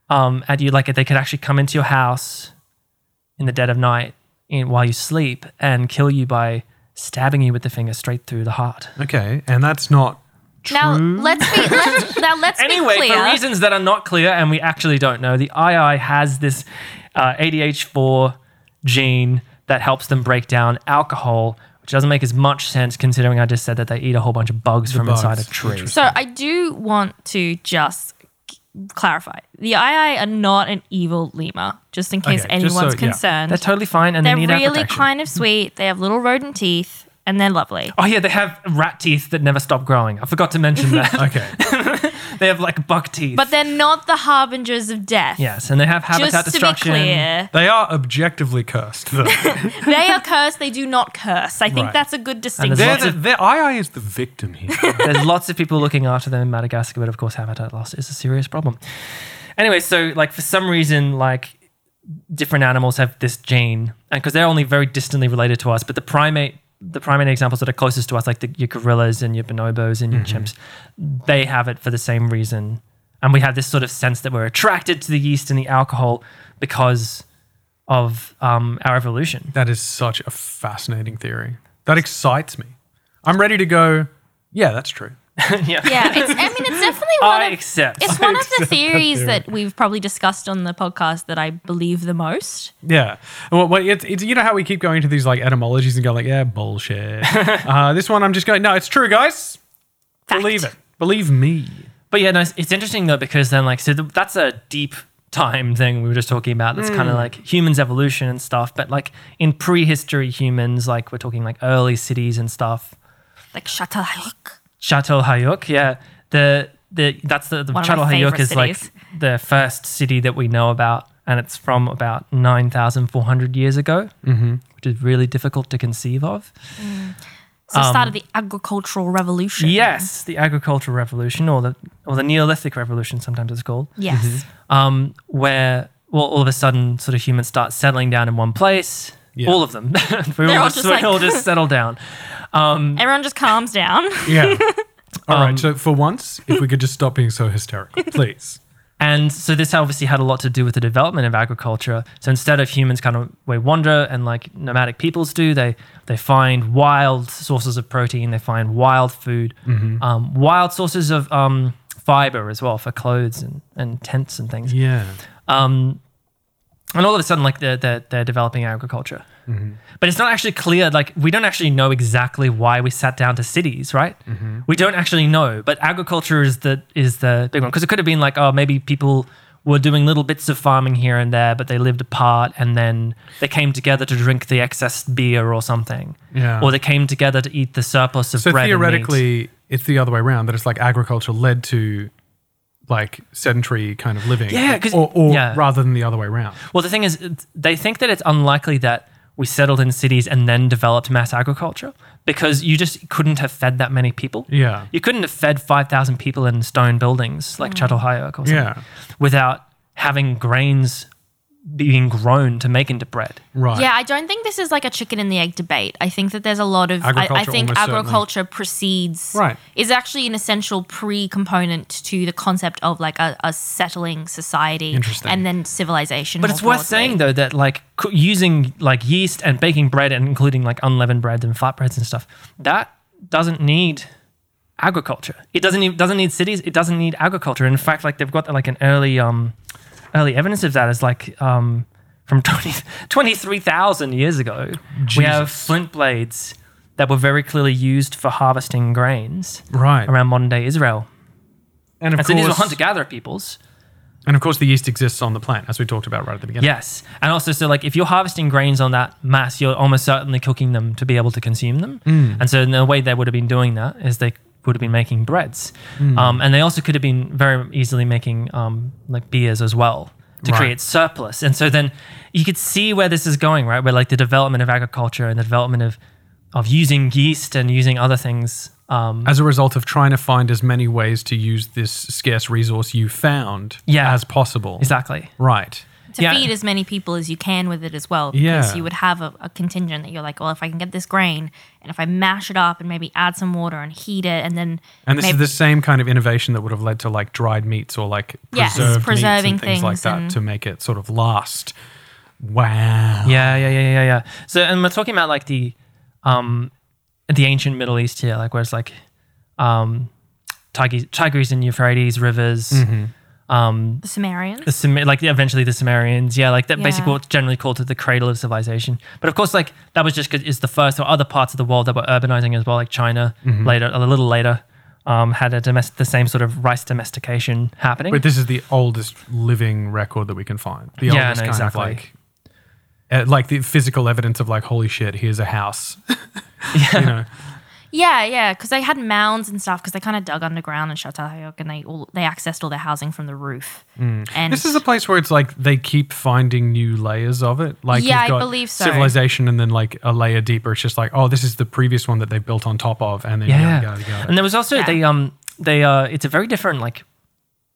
Speaker 1: um, at you, like they could actually come into your house in the dead of night in, while you sleep and kill you by stabbing you with the finger straight through the heart.
Speaker 2: okay, and that's not true.
Speaker 3: now let's be
Speaker 1: (laughs)
Speaker 3: let's, now let's
Speaker 1: anyway,
Speaker 3: be
Speaker 1: for
Speaker 3: clear.
Speaker 1: reasons that are not clear and we actually don't know, the II has this uh, ADH4 gene that helps them break down alcohol, which doesn't make as much sense considering I just said that they eat a whole bunch of bugs from inside
Speaker 2: bugs.
Speaker 1: a tree.
Speaker 3: so I do want to just c- clarify: the II are not an evil lemur. Just in case
Speaker 2: Okay, just so-
Speaker 3: anyone's
Speaker 2: yeah.
Speaker 3: concerned,
Speaker 1: They're totally fine and they
Speaker 3: they're
Speaker 1: need our
Speaker 3: really
Speaker 1: protection.
Speaker 3: kind of sweet. They have little rodent teeth, and they're lovely.
Speaker 1: Oh yeah, they have rat teeth that never stop growing. I forgot to mention
Speaker 3: (laughs)
Speaker 1: that. (laughs)
Speaker 2: Okay,
Speaker 1: they have like buck teeth.
Speaker 3: But they're not the harbingers of death.
Speaker 1: yes, and they have habitat
Speaker 3: Just to be
Speaker 1: destruction.
Speaker 3: clear,
Speaker 2: they are objectively
Speaker 1: (laughs)
Speaker 2: cursed. Though.
Speaker 3: they are cursed. They do not curse. I think
Speaker 2: Right.
Speaker 3: that's a good
Speaker 1: there's
Speaker 3: distinction.
Speaker 2: They're
Speaker 1: lots
Speaker 2: the,
Speaker 1: of-
Speaker 2: their II is the victim here.
Speaker 1: (laughs) There's lots of people looking after them in Madagascar, but of course, habitat loss is a serious problem. Anyway, so like for some reason, like different animals have this gene, and because they're only very distantly related to us, but the primate, the primate examples that are closest to us, like the, your gorillas and your bonobos and your chimps, they have it for the same reason, and we have this sort of sense that we're attracted to the yeast and the alcohol because of um, our evolution.
Speaker 2: That is such a fascinating theory. That excites me. I'm ready to go. Yeah, that's true.
Speaker 1: yeah.
Speaker 3: yeah, it's, I mean, it's definitely
Speaker 1: (laughs)
Speaker 3: one
Speaker 1: I
Speaker 3: of
Speaker 1: accept.
Speaker 3: It's one of the
Speaker 2: accept that
Speaker 3: theories
Speaker 2: theory.
Speaker 3: that we've probably discussed on the podcast that I believe the most.
Speaker 2: Yeah. Well, well it's, it's you know how we keep going to these like etymologies and go like,
Speaker 1: (laughs)
Speaker 2: yeah, bullshit. uh, this one I'm just going, no, it's true, guys.
Speaker 3: Fact.
Speaker 2: Believe it. Believe me.
Speaker 1: But yeah, no, it's, it's interesting though because then like so th- that's a deep time thing we were just talking about. That's
Speaker 3: Mm.
Speaker 1: kind of like humans evolution and stuff. But like in prehistory humans, like we're talking like early cities and stuff.
Speaker 3: Like Shatahuk.
Speaker 1: Chateau Hayuk, yeah, the the that's the, the
Speaker 3: One of my
Speaker 1: Chateau Hayuk
Speaker 3: favorite
Speaker 1: is like
Speaker 3: cities.
Speaker 1: the first city that we know about, and it's from about nine thousand four hundred years ago, mm-hmm. which is really difficult to conceive of.
Speaker 3: So started the agricultural revolution.
Speaker 1: Yes, the agricultural revolution or the or the Neolithic revolution sometimes it's called.
Speaker 3: Yes.
Speaker 1: um, where well, all of a sudden, sort of humans start settling down in one place.
Speaker 2: Yeah.
Speaker 1: All of them. (laughs) we
Speaker 3: They're
Speaker 1: all
Speaker 3: all
Speaker 1: just,
Speaker 3: just
Speaker 1: we
Speaker 3: like-
Speaker 1: all
Speaker 3: (laughs)
Speaker 1: just settle down.
Speaker 3: Everyone just calms down.
Speaker 1: (laughs)
Speaker 2: Yeah. All
Speaker 1: Um,
Speaker 2: right. So for once, if we could just stop being
Speaker 1: (laughs)
Speaker 2: so hysterical, please.
Speaker 1: And so this obviously had a lot to do with the development of agriculture. So instead of humans kind of way wander and like nomadic peoples do, they they find wild sources of protein, they find wild food, um, wild sources of um, fiber as well for clothes and, and tents and things.
Speaker 2: Yeah.
Speaker 1: um, and all of a sudden like they're, they're, they're developing agriculture
Speaker 2: Mm-hmm.
Speaker 1: but it's not actually clear like we don't actually know exactly why we sat down to cities right
Speaker 2: Mm-hmm.
Speaker 1: we don't actually know but agriculture is the is the big one because it could have been like oh maybe people were doing little bits of farming here and there but they lived apart and then they came together to drink the excess beer or something
Speaker 2: Yeah.
Speaker 1: or they came together to eat the surplus of
Speaker 2: So
Speaker 1: bread and meat.
Speaker 2: theoretically, it's the other way around. That it's like agriculture led to like sedentary kind of living.
Speaker 1: Yeah, 'cause-
Speaker 2: or, or
Speaker 1: yeah.
Speaker 2: rather than the other way around.
Speaker 1: Well, the thing is, it- they think that it's unlikely that we settled in cities and then developed mass agriculture because you just couldn't have fed that many people.
Speaker 2: Yeah.
Speaker 1: You couldn't have fed 5,000 people in stone buildings like Chatalhayok or something
Speaker 2: Yeah.
Speaker 1: without having grains being grown to make into bread.
Speaker 2: Right.
Speaker 3: Yeah, I don't think this is like a chicken and the egg debate. I think that there's a lot of. I, I
Speaker 2: Agriculture
Speaker 3: think
Speaker 2: almost certainly.
Speaker 3: agriculture precedes.
Speaker 2: Right.
Speaker 3: Is actually an essential pre component to the concept of like a, a settling society.
Speaker 2: Interesting.
Speaker 3: And then civilization.
Speaker 1: But
Speaker 3: more
Speaker 1: it's worth
Speaker 3: broadly.
Speaker 1: saying though that like co- using like yeast and baking bread and including like unleavened breads and flatbreads and stuff that doesn't need agriculture. It doesn't need, doesn't need cities. It doesn't need agriculture. In fact, like they've got like an early um early evidence of that is like um from (laughs) 20, 23,000 years ago we have
Speaker 2: Jesus.
Speaker 1: flint blades that were very clearly used for harvesting grains
Speaker 2: Right.
Speaker 1: around modern day Israel.
Speaker 2: And of
Speaker 1: And so these were
Speaker 2: course,
Speaker 1: hunter gatherer peoples.
Speaker 2: and of course, the yeast exists on the plant, as we talked about right at the beginning.
Speaker 1: Yes. And also, so like if you're harvesting grains on that mass, you're almost certainly cooking them to be able to consume them. And so, in the way they would have been doing that is they would have been making breads. Um, and they also could have been very easily making um, like beers as well to
Speaker 2: Right.
Speaker 1: create surplus. And so, then you could see where this is going, right? Where like the development of agriculture and the development of, of using yeast and using other things. Um,
Speaker 2: As a result of trying to find as many ways to use this scarce resource you found
Speaker 1: Yeah.
Speaker 2: as possible.
Speaker 1: exactly.
Speaker 2: Right.
Speaker 3: to
Speaker 1: Yeah.
Speaker 3: feed as many people as you can with it as well. Because
Speaker 2: Yeah.
Speaker 3: you would have a, a contingent that you're like, well, if I can get this grain and if I mash it up and maybe add some water and heat it and then
Speaker 2: And this
Speaker 3: maybe,
Speaker 2: is the same kind of innovation that would have led to like dried meats or like
Speaker 3: Yes,
Speaker 2: preserved meats
Speaker 3: preserving
Speaker 2: and things, like
Speaker 3: things
Speaker 2: that
Speaker 3: and-
Speaker 2: to make it sort of last. Wow.
Speaker 1: Yeah, yeah, yeah, yeah, yeah. So, and we're talking about like the, um, the ancient Middle East here, like where it's like, um, Tigris, Tigris and Euphrates rivers, um,
Speaker 3: the Sumerians.
Speaker 1: the Sumer, like eventually the Sumerians. Yeah, like that basically
Speaker 3: Yeah.
Speaker 1: what's generally called the cradle of civilization. But of course, like that was just because it's the first or other parts of the world that were urbanizing as well, like China later, a little later. Um, had a domest- the same sort of rice domestication happening.
Speaker 2: But this is the oldest living record that we can find. The
Speaker 1: Yeah,
Speaker 2: oldest
Speaker 1: no,
Speaker 2: kind
Speaker 1: exactly.
Speaker 2: of like, uh, like the physical evidence of like, holy shit, here's a house. (laughs) you know,
Speaker 3: yeah, yeah, because they had mounds and stuff because they kind of dug underground in Shatahayok and they all they accessed all their housing from the roof. And
Speaker 2: this is a place where it's like they keep finding new layers of it. Like,
Speaker 3: Yeah,
Speaker 2: you've
Speaker 3: I
Speaker 2: got
Speaker 3: believe so.
Speaker 2: Civilization, and then like a layer deeper. It's just like, oh, this is the previous one that they built on top of, and then
Speaker 1: Yeah,
Speaker 2: yada, yada, yada.
Speaker 1: and there was also
Speaker 3: Yeah.
Speaker 1: they um they uh it's a very different like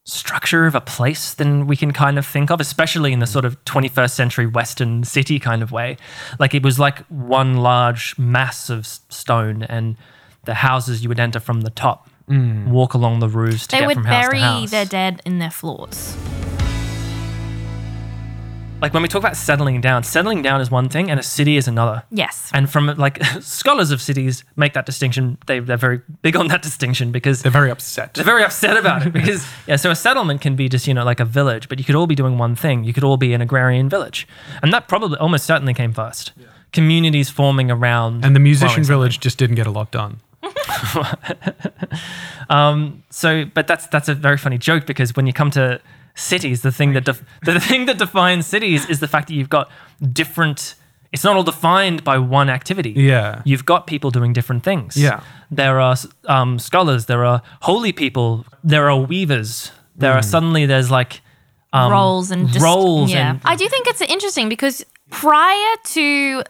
Speaker 1: structure of a place than we can kind of think of, especially in the sort of 21st century Western city kind of way. Like it was like one large mass of s- stone, and the houses you would enter from the top, walk along the roofs to
Speaker 3: they
Speaker 1: get
Speaker 3: would
Speaker 1: from house to
Speaker 3: bury
Speaker 1: house.
Speaker 3: their dead in their floors.
Speaker 1: like when we talk about settling down, settling down is one thing, and a city is another.
Speaker 3: Yes.
Speaker 1: And from like (laughs) scholars of cities make that distinction. They, they're very big on that distinction because
Speaker 2: They're
Speaker 1: (laughs)
Speaker 2: very upset.
Speaker 1: They're very upset about it because (laughs) yeah. So a settlement can be just you know like a village, but you could all be doing one thing. You could all be an agrarian village, and that probably almost certainly came first. Communities forming around
Speaker 2: And the musician
Speaker 1: growing
Speaker 2: village just didn't get a lot done.
Speaker 1: so but that's that's a very funny joke because when you come to cities the thing that def- the (laughs) thing that defines cities is the fact that you've got different it's not all defined by one activity
Speaker 2: Yeah.
Speaker 1: you've got people doing different things
Speaker 2: Yeah.
Speaker 1: there are um, scholars there are holy people there are weavers there are suddenly there's like um,
Speaker 3: roles and just,
Speaker 1: roles
Speaker 3: Yeah,
Speaker 1: and
Speaker 3: I do think it's interesting because prior to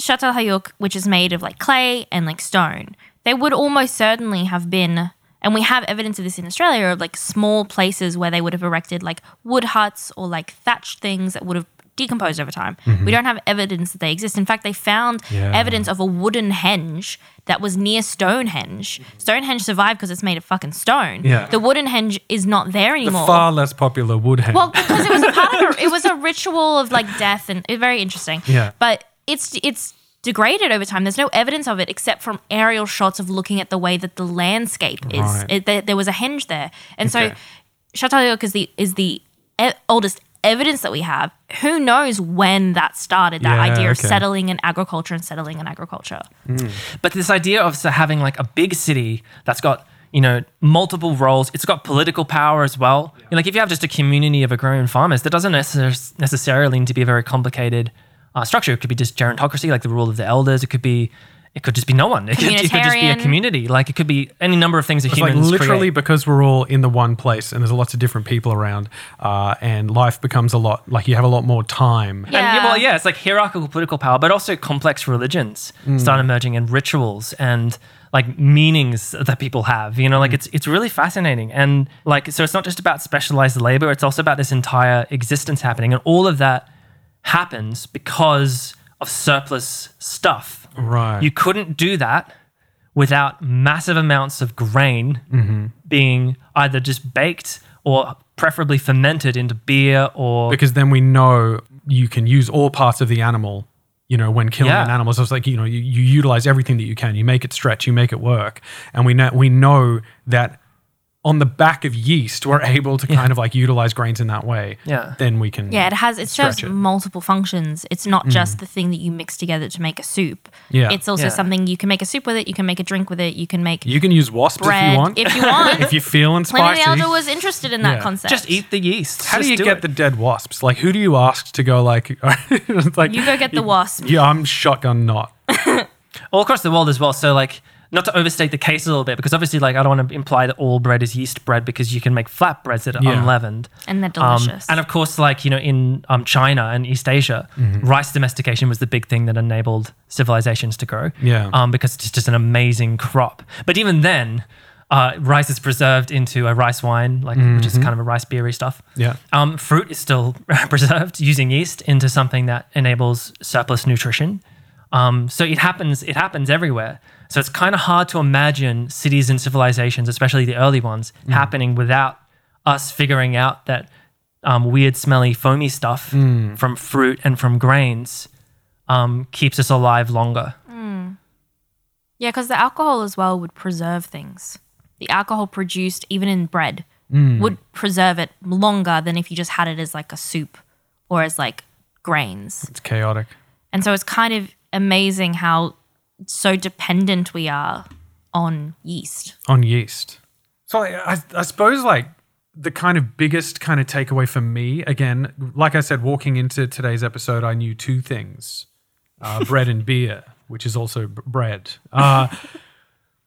Speaker 3: Shatal Hayuk, which is made of like clay and like stone, there would almost certainly have been, and we have evidence of this in Australia, of like small places where they would have erected like wood huts or like thatched things that would have decomposed over time. We don't have evidence that they exist. In fact, they found
Speaker 2: Mm-hmm. Yeah.
Speaker 3: evidence of a wooden henge that was near Stonehenge. Stonehenge survived because it's made of fucking stone.
Speaker 2: Yeah.
Speaker 3: The wooden henge is not there
Speaker 2: The
Speaker 3: anymore.
Speaker 2: far less popular Woodhenge.
Speaker 3: (laughs) Well, because it was a part of a, it was a ritual of like death and it, very interesting.
Speaker 2: Yeah.
Speaker 3: But it's it's degraded over time. There's no evidence of it except from aerial shots of looking at the way that the landscape is.
Speaker 2: Right.
Speaker 3: It, there, there was a hinge there, and
Speaker 2: Okay.
Speaker 3: so Châtellerault is the is the e- oldest evidence that we have. Who knows when that started? That
Speaker 2: Yeah,
Speaker 3: idea of
Speaker 2: okay.
Speaker 3: settling in agriculture and settling in agriculture.
Speaker 1: But this idea of so having like a big city that's got you know multiple roles, it's got political power as well. You know, like if you have just a community of agrarian farmers, that doesn't necess- necessarily need to be a very complicated uh, structure. It could be just gerontocracy, like the rule of the elders. It could be it could just be no one. It could, it could just be a
Speaker 3: Communitarian.
Speaker 1: community. Like it could be any number of things that
Speaker 2: It's like
Speaker 1: humans
Speaker 2: literally
Speaker 1: create.
Speaker 2: because we're all in the one place and there's lots of different people around, uh, and life becomes a lot like you have a lot more time.
Speaker 3: Yeah.
Speaker 1: And yeah, well, yeah, it's like hierarchical political power, but also complex religions start emerging and rituals and like meanings that people have. You know, like it's it's really fascinating. And like so it's not just about specialized labor, it's also about this entire existence happening. And all of that happens because of surplus stuff.
Speaker 2: Right.
Speaker 1: You couldn't do that without massive amounts of grain being either just baked or preferably fermented into beer or
Speaker 2: because then we know you can use all parts of the animal you know when killing
Speaker 1: Yeah.
Speaker 2: an animal so it's like you know you, you utilize everything that you can you make it stretch you make it work and we know we know that on the back of yeast we're able to kind of like utilize grains in that way
Speaker 1: Yeah.
Speaker 2: then we can
Speaker 3: Yeah, it has it serves
Speaker 2: Stretch it.
Speaker 3: multiple functions. It's not just the thing that you mix together to make a soup.
Speaker 2: Mm. Yeah.
Speaker 3: It's also
Speaker 1: Yeah.
Speaker 3: something you can make a soup with it, you can make a drink with it, you can make
Speaker 2: you can use wasps if
Speaker 3: bread
Speaker 2: you want (laughs)
Speaker 3: if you want.
Speaker 2: if you're feeling
Speaker 3: Pliny the
Speaker 2: spicy
Speaker 3: Elder was interested in that
Speaker 2: Yeah.
Speaker 3: concept.
Speaker 1: just eat the yeast.
Speaker 2: how do
Speaker 1: Just
Speaker 2: you get
Speaker 1: it.
Speaker 2: the dead wasps like who do you ask to go like (laughs) it's like
Speaker 3: You go get the wasp.
Speaker 2: yeah i'm shotgun not
Speaker 1: all across the world as well. So like not to overstate the case a little bit because obviously like I don't want to imply that all bread is yeast bread because you can make flatbreads that are
Speaker 2: Yeah.
Speaker 1: unleavened
Speaker 3: And they're
Speaker 1: Um,
Speaker 3: delicious.
Speaker 1: and of course like you know in um, China and East Asia, rice domestication was the big thing that enabled civilizations to grow.
Speaker 2: Yeah.
Speaker 1: um, because it's just an amazing crop. But even then. Uh, rice is preserved into a rice wine, like which is kind of a rice beery stuff.
Speaker 2: Yeah.
Speaker 1: Um, fruit is still (laughs) preserved using yeast into something that enables surplus nutrition. Um, so it happens. It happens everywhere. So it's kind of hard to imagine cities and civilizations, especially the early ones, happening without us figuring out that um, weird, smelly, foamy stuff from fruit and from grains um, keeps us alive longer.
Speaker 3: yeah, because the alcohol as well would preserve things. The alcohol produced even in bread
Speaker 2: Mm.
Speaker 3: would preserve it longer than if you just had it as like a soup or as like grains.
Speaker 2: it's chaotic
Speaker 3: And so it's kind of amazing how so dependent we are on yeast.
Speaker 2: on yeast. So I, I, I suppose like the kind of biggest kind of takeaway for me, again, like I said, walking into today's episode, I knew two things:
Speaker 3: (laughs)
Speaker 2: uh, bread and beer, which is also b- bread. Uh,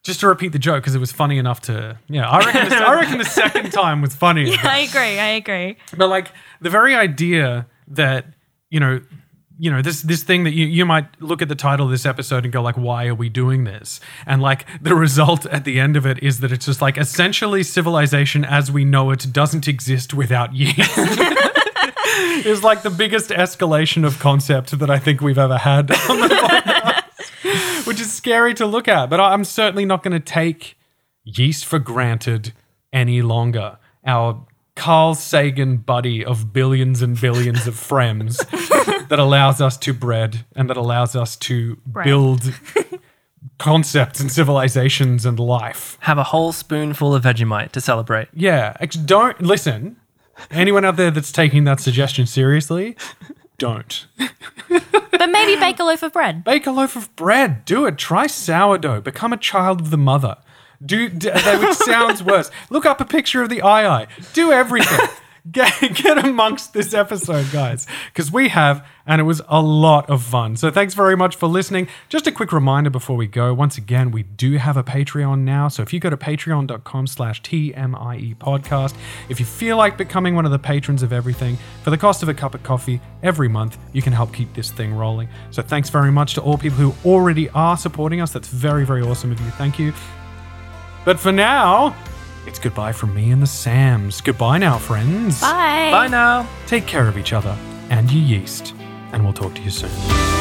Speaker 2: just to repeat the joke because it was funny enough to yeah, I reckon, the, I reckon the
Speaker 3: (laughs)
Speaker 2: second time was funnier.
Speaker 3: I agree. I agree.
Speaker 2: But like the very idea that you know, you know this this thing that you you might look at the title of this episode and go like, why are we doing this? And like the result at the end of it is that it's just like essentially civilization as we know it doesn't exist without yeast. Is like the biggest escalation of concept that I think we've ever had (laughs) on the podcast, which is scary to look at. But I- I'm certainly not going to take yeast for granted any longer. Our Carl Sagan buddy of billions and billions of friends that allows us to bread and that allows us to build concepts and civilizations and life.
Speaker 1: Have a whole spoonful of Vegemite to celebrate.
Speaker 2: Yeah, ex- don't listen. Anyone out there that's taking that suggestion seriously, don't.
Speaker 3: But maybe bake a loaf of bread.
Speaker 2: Bake a loaf of bread. Do it. Try sourdough. Become a child of the mother. Do, d- that which sounds worse. Look up a picture of the eye eye. Do everything. Get, get amongst this episode, guys, because we have, and it was a lot of fun. So, thanks very much for listening. Just a quick reminder before we go. Once again, we do have a Patreon now. So, if you go to patreon.com slash TMIE E podcast, if you feel like becoming one of the patrons of everything, for the cost of a cup of coffee every month, you can help keep this thing rolling. So, thanks very much to all people who already are supporting us. That's very, very awesome of you. Thank you. But for now, it's goodbye from me and the Sams. Goodbye now, friends.
Speaker 3: Bye.
Speaker 1: Bye now.
Speaker 2: Take care of each other and your yeast, and we'll talk to you soon.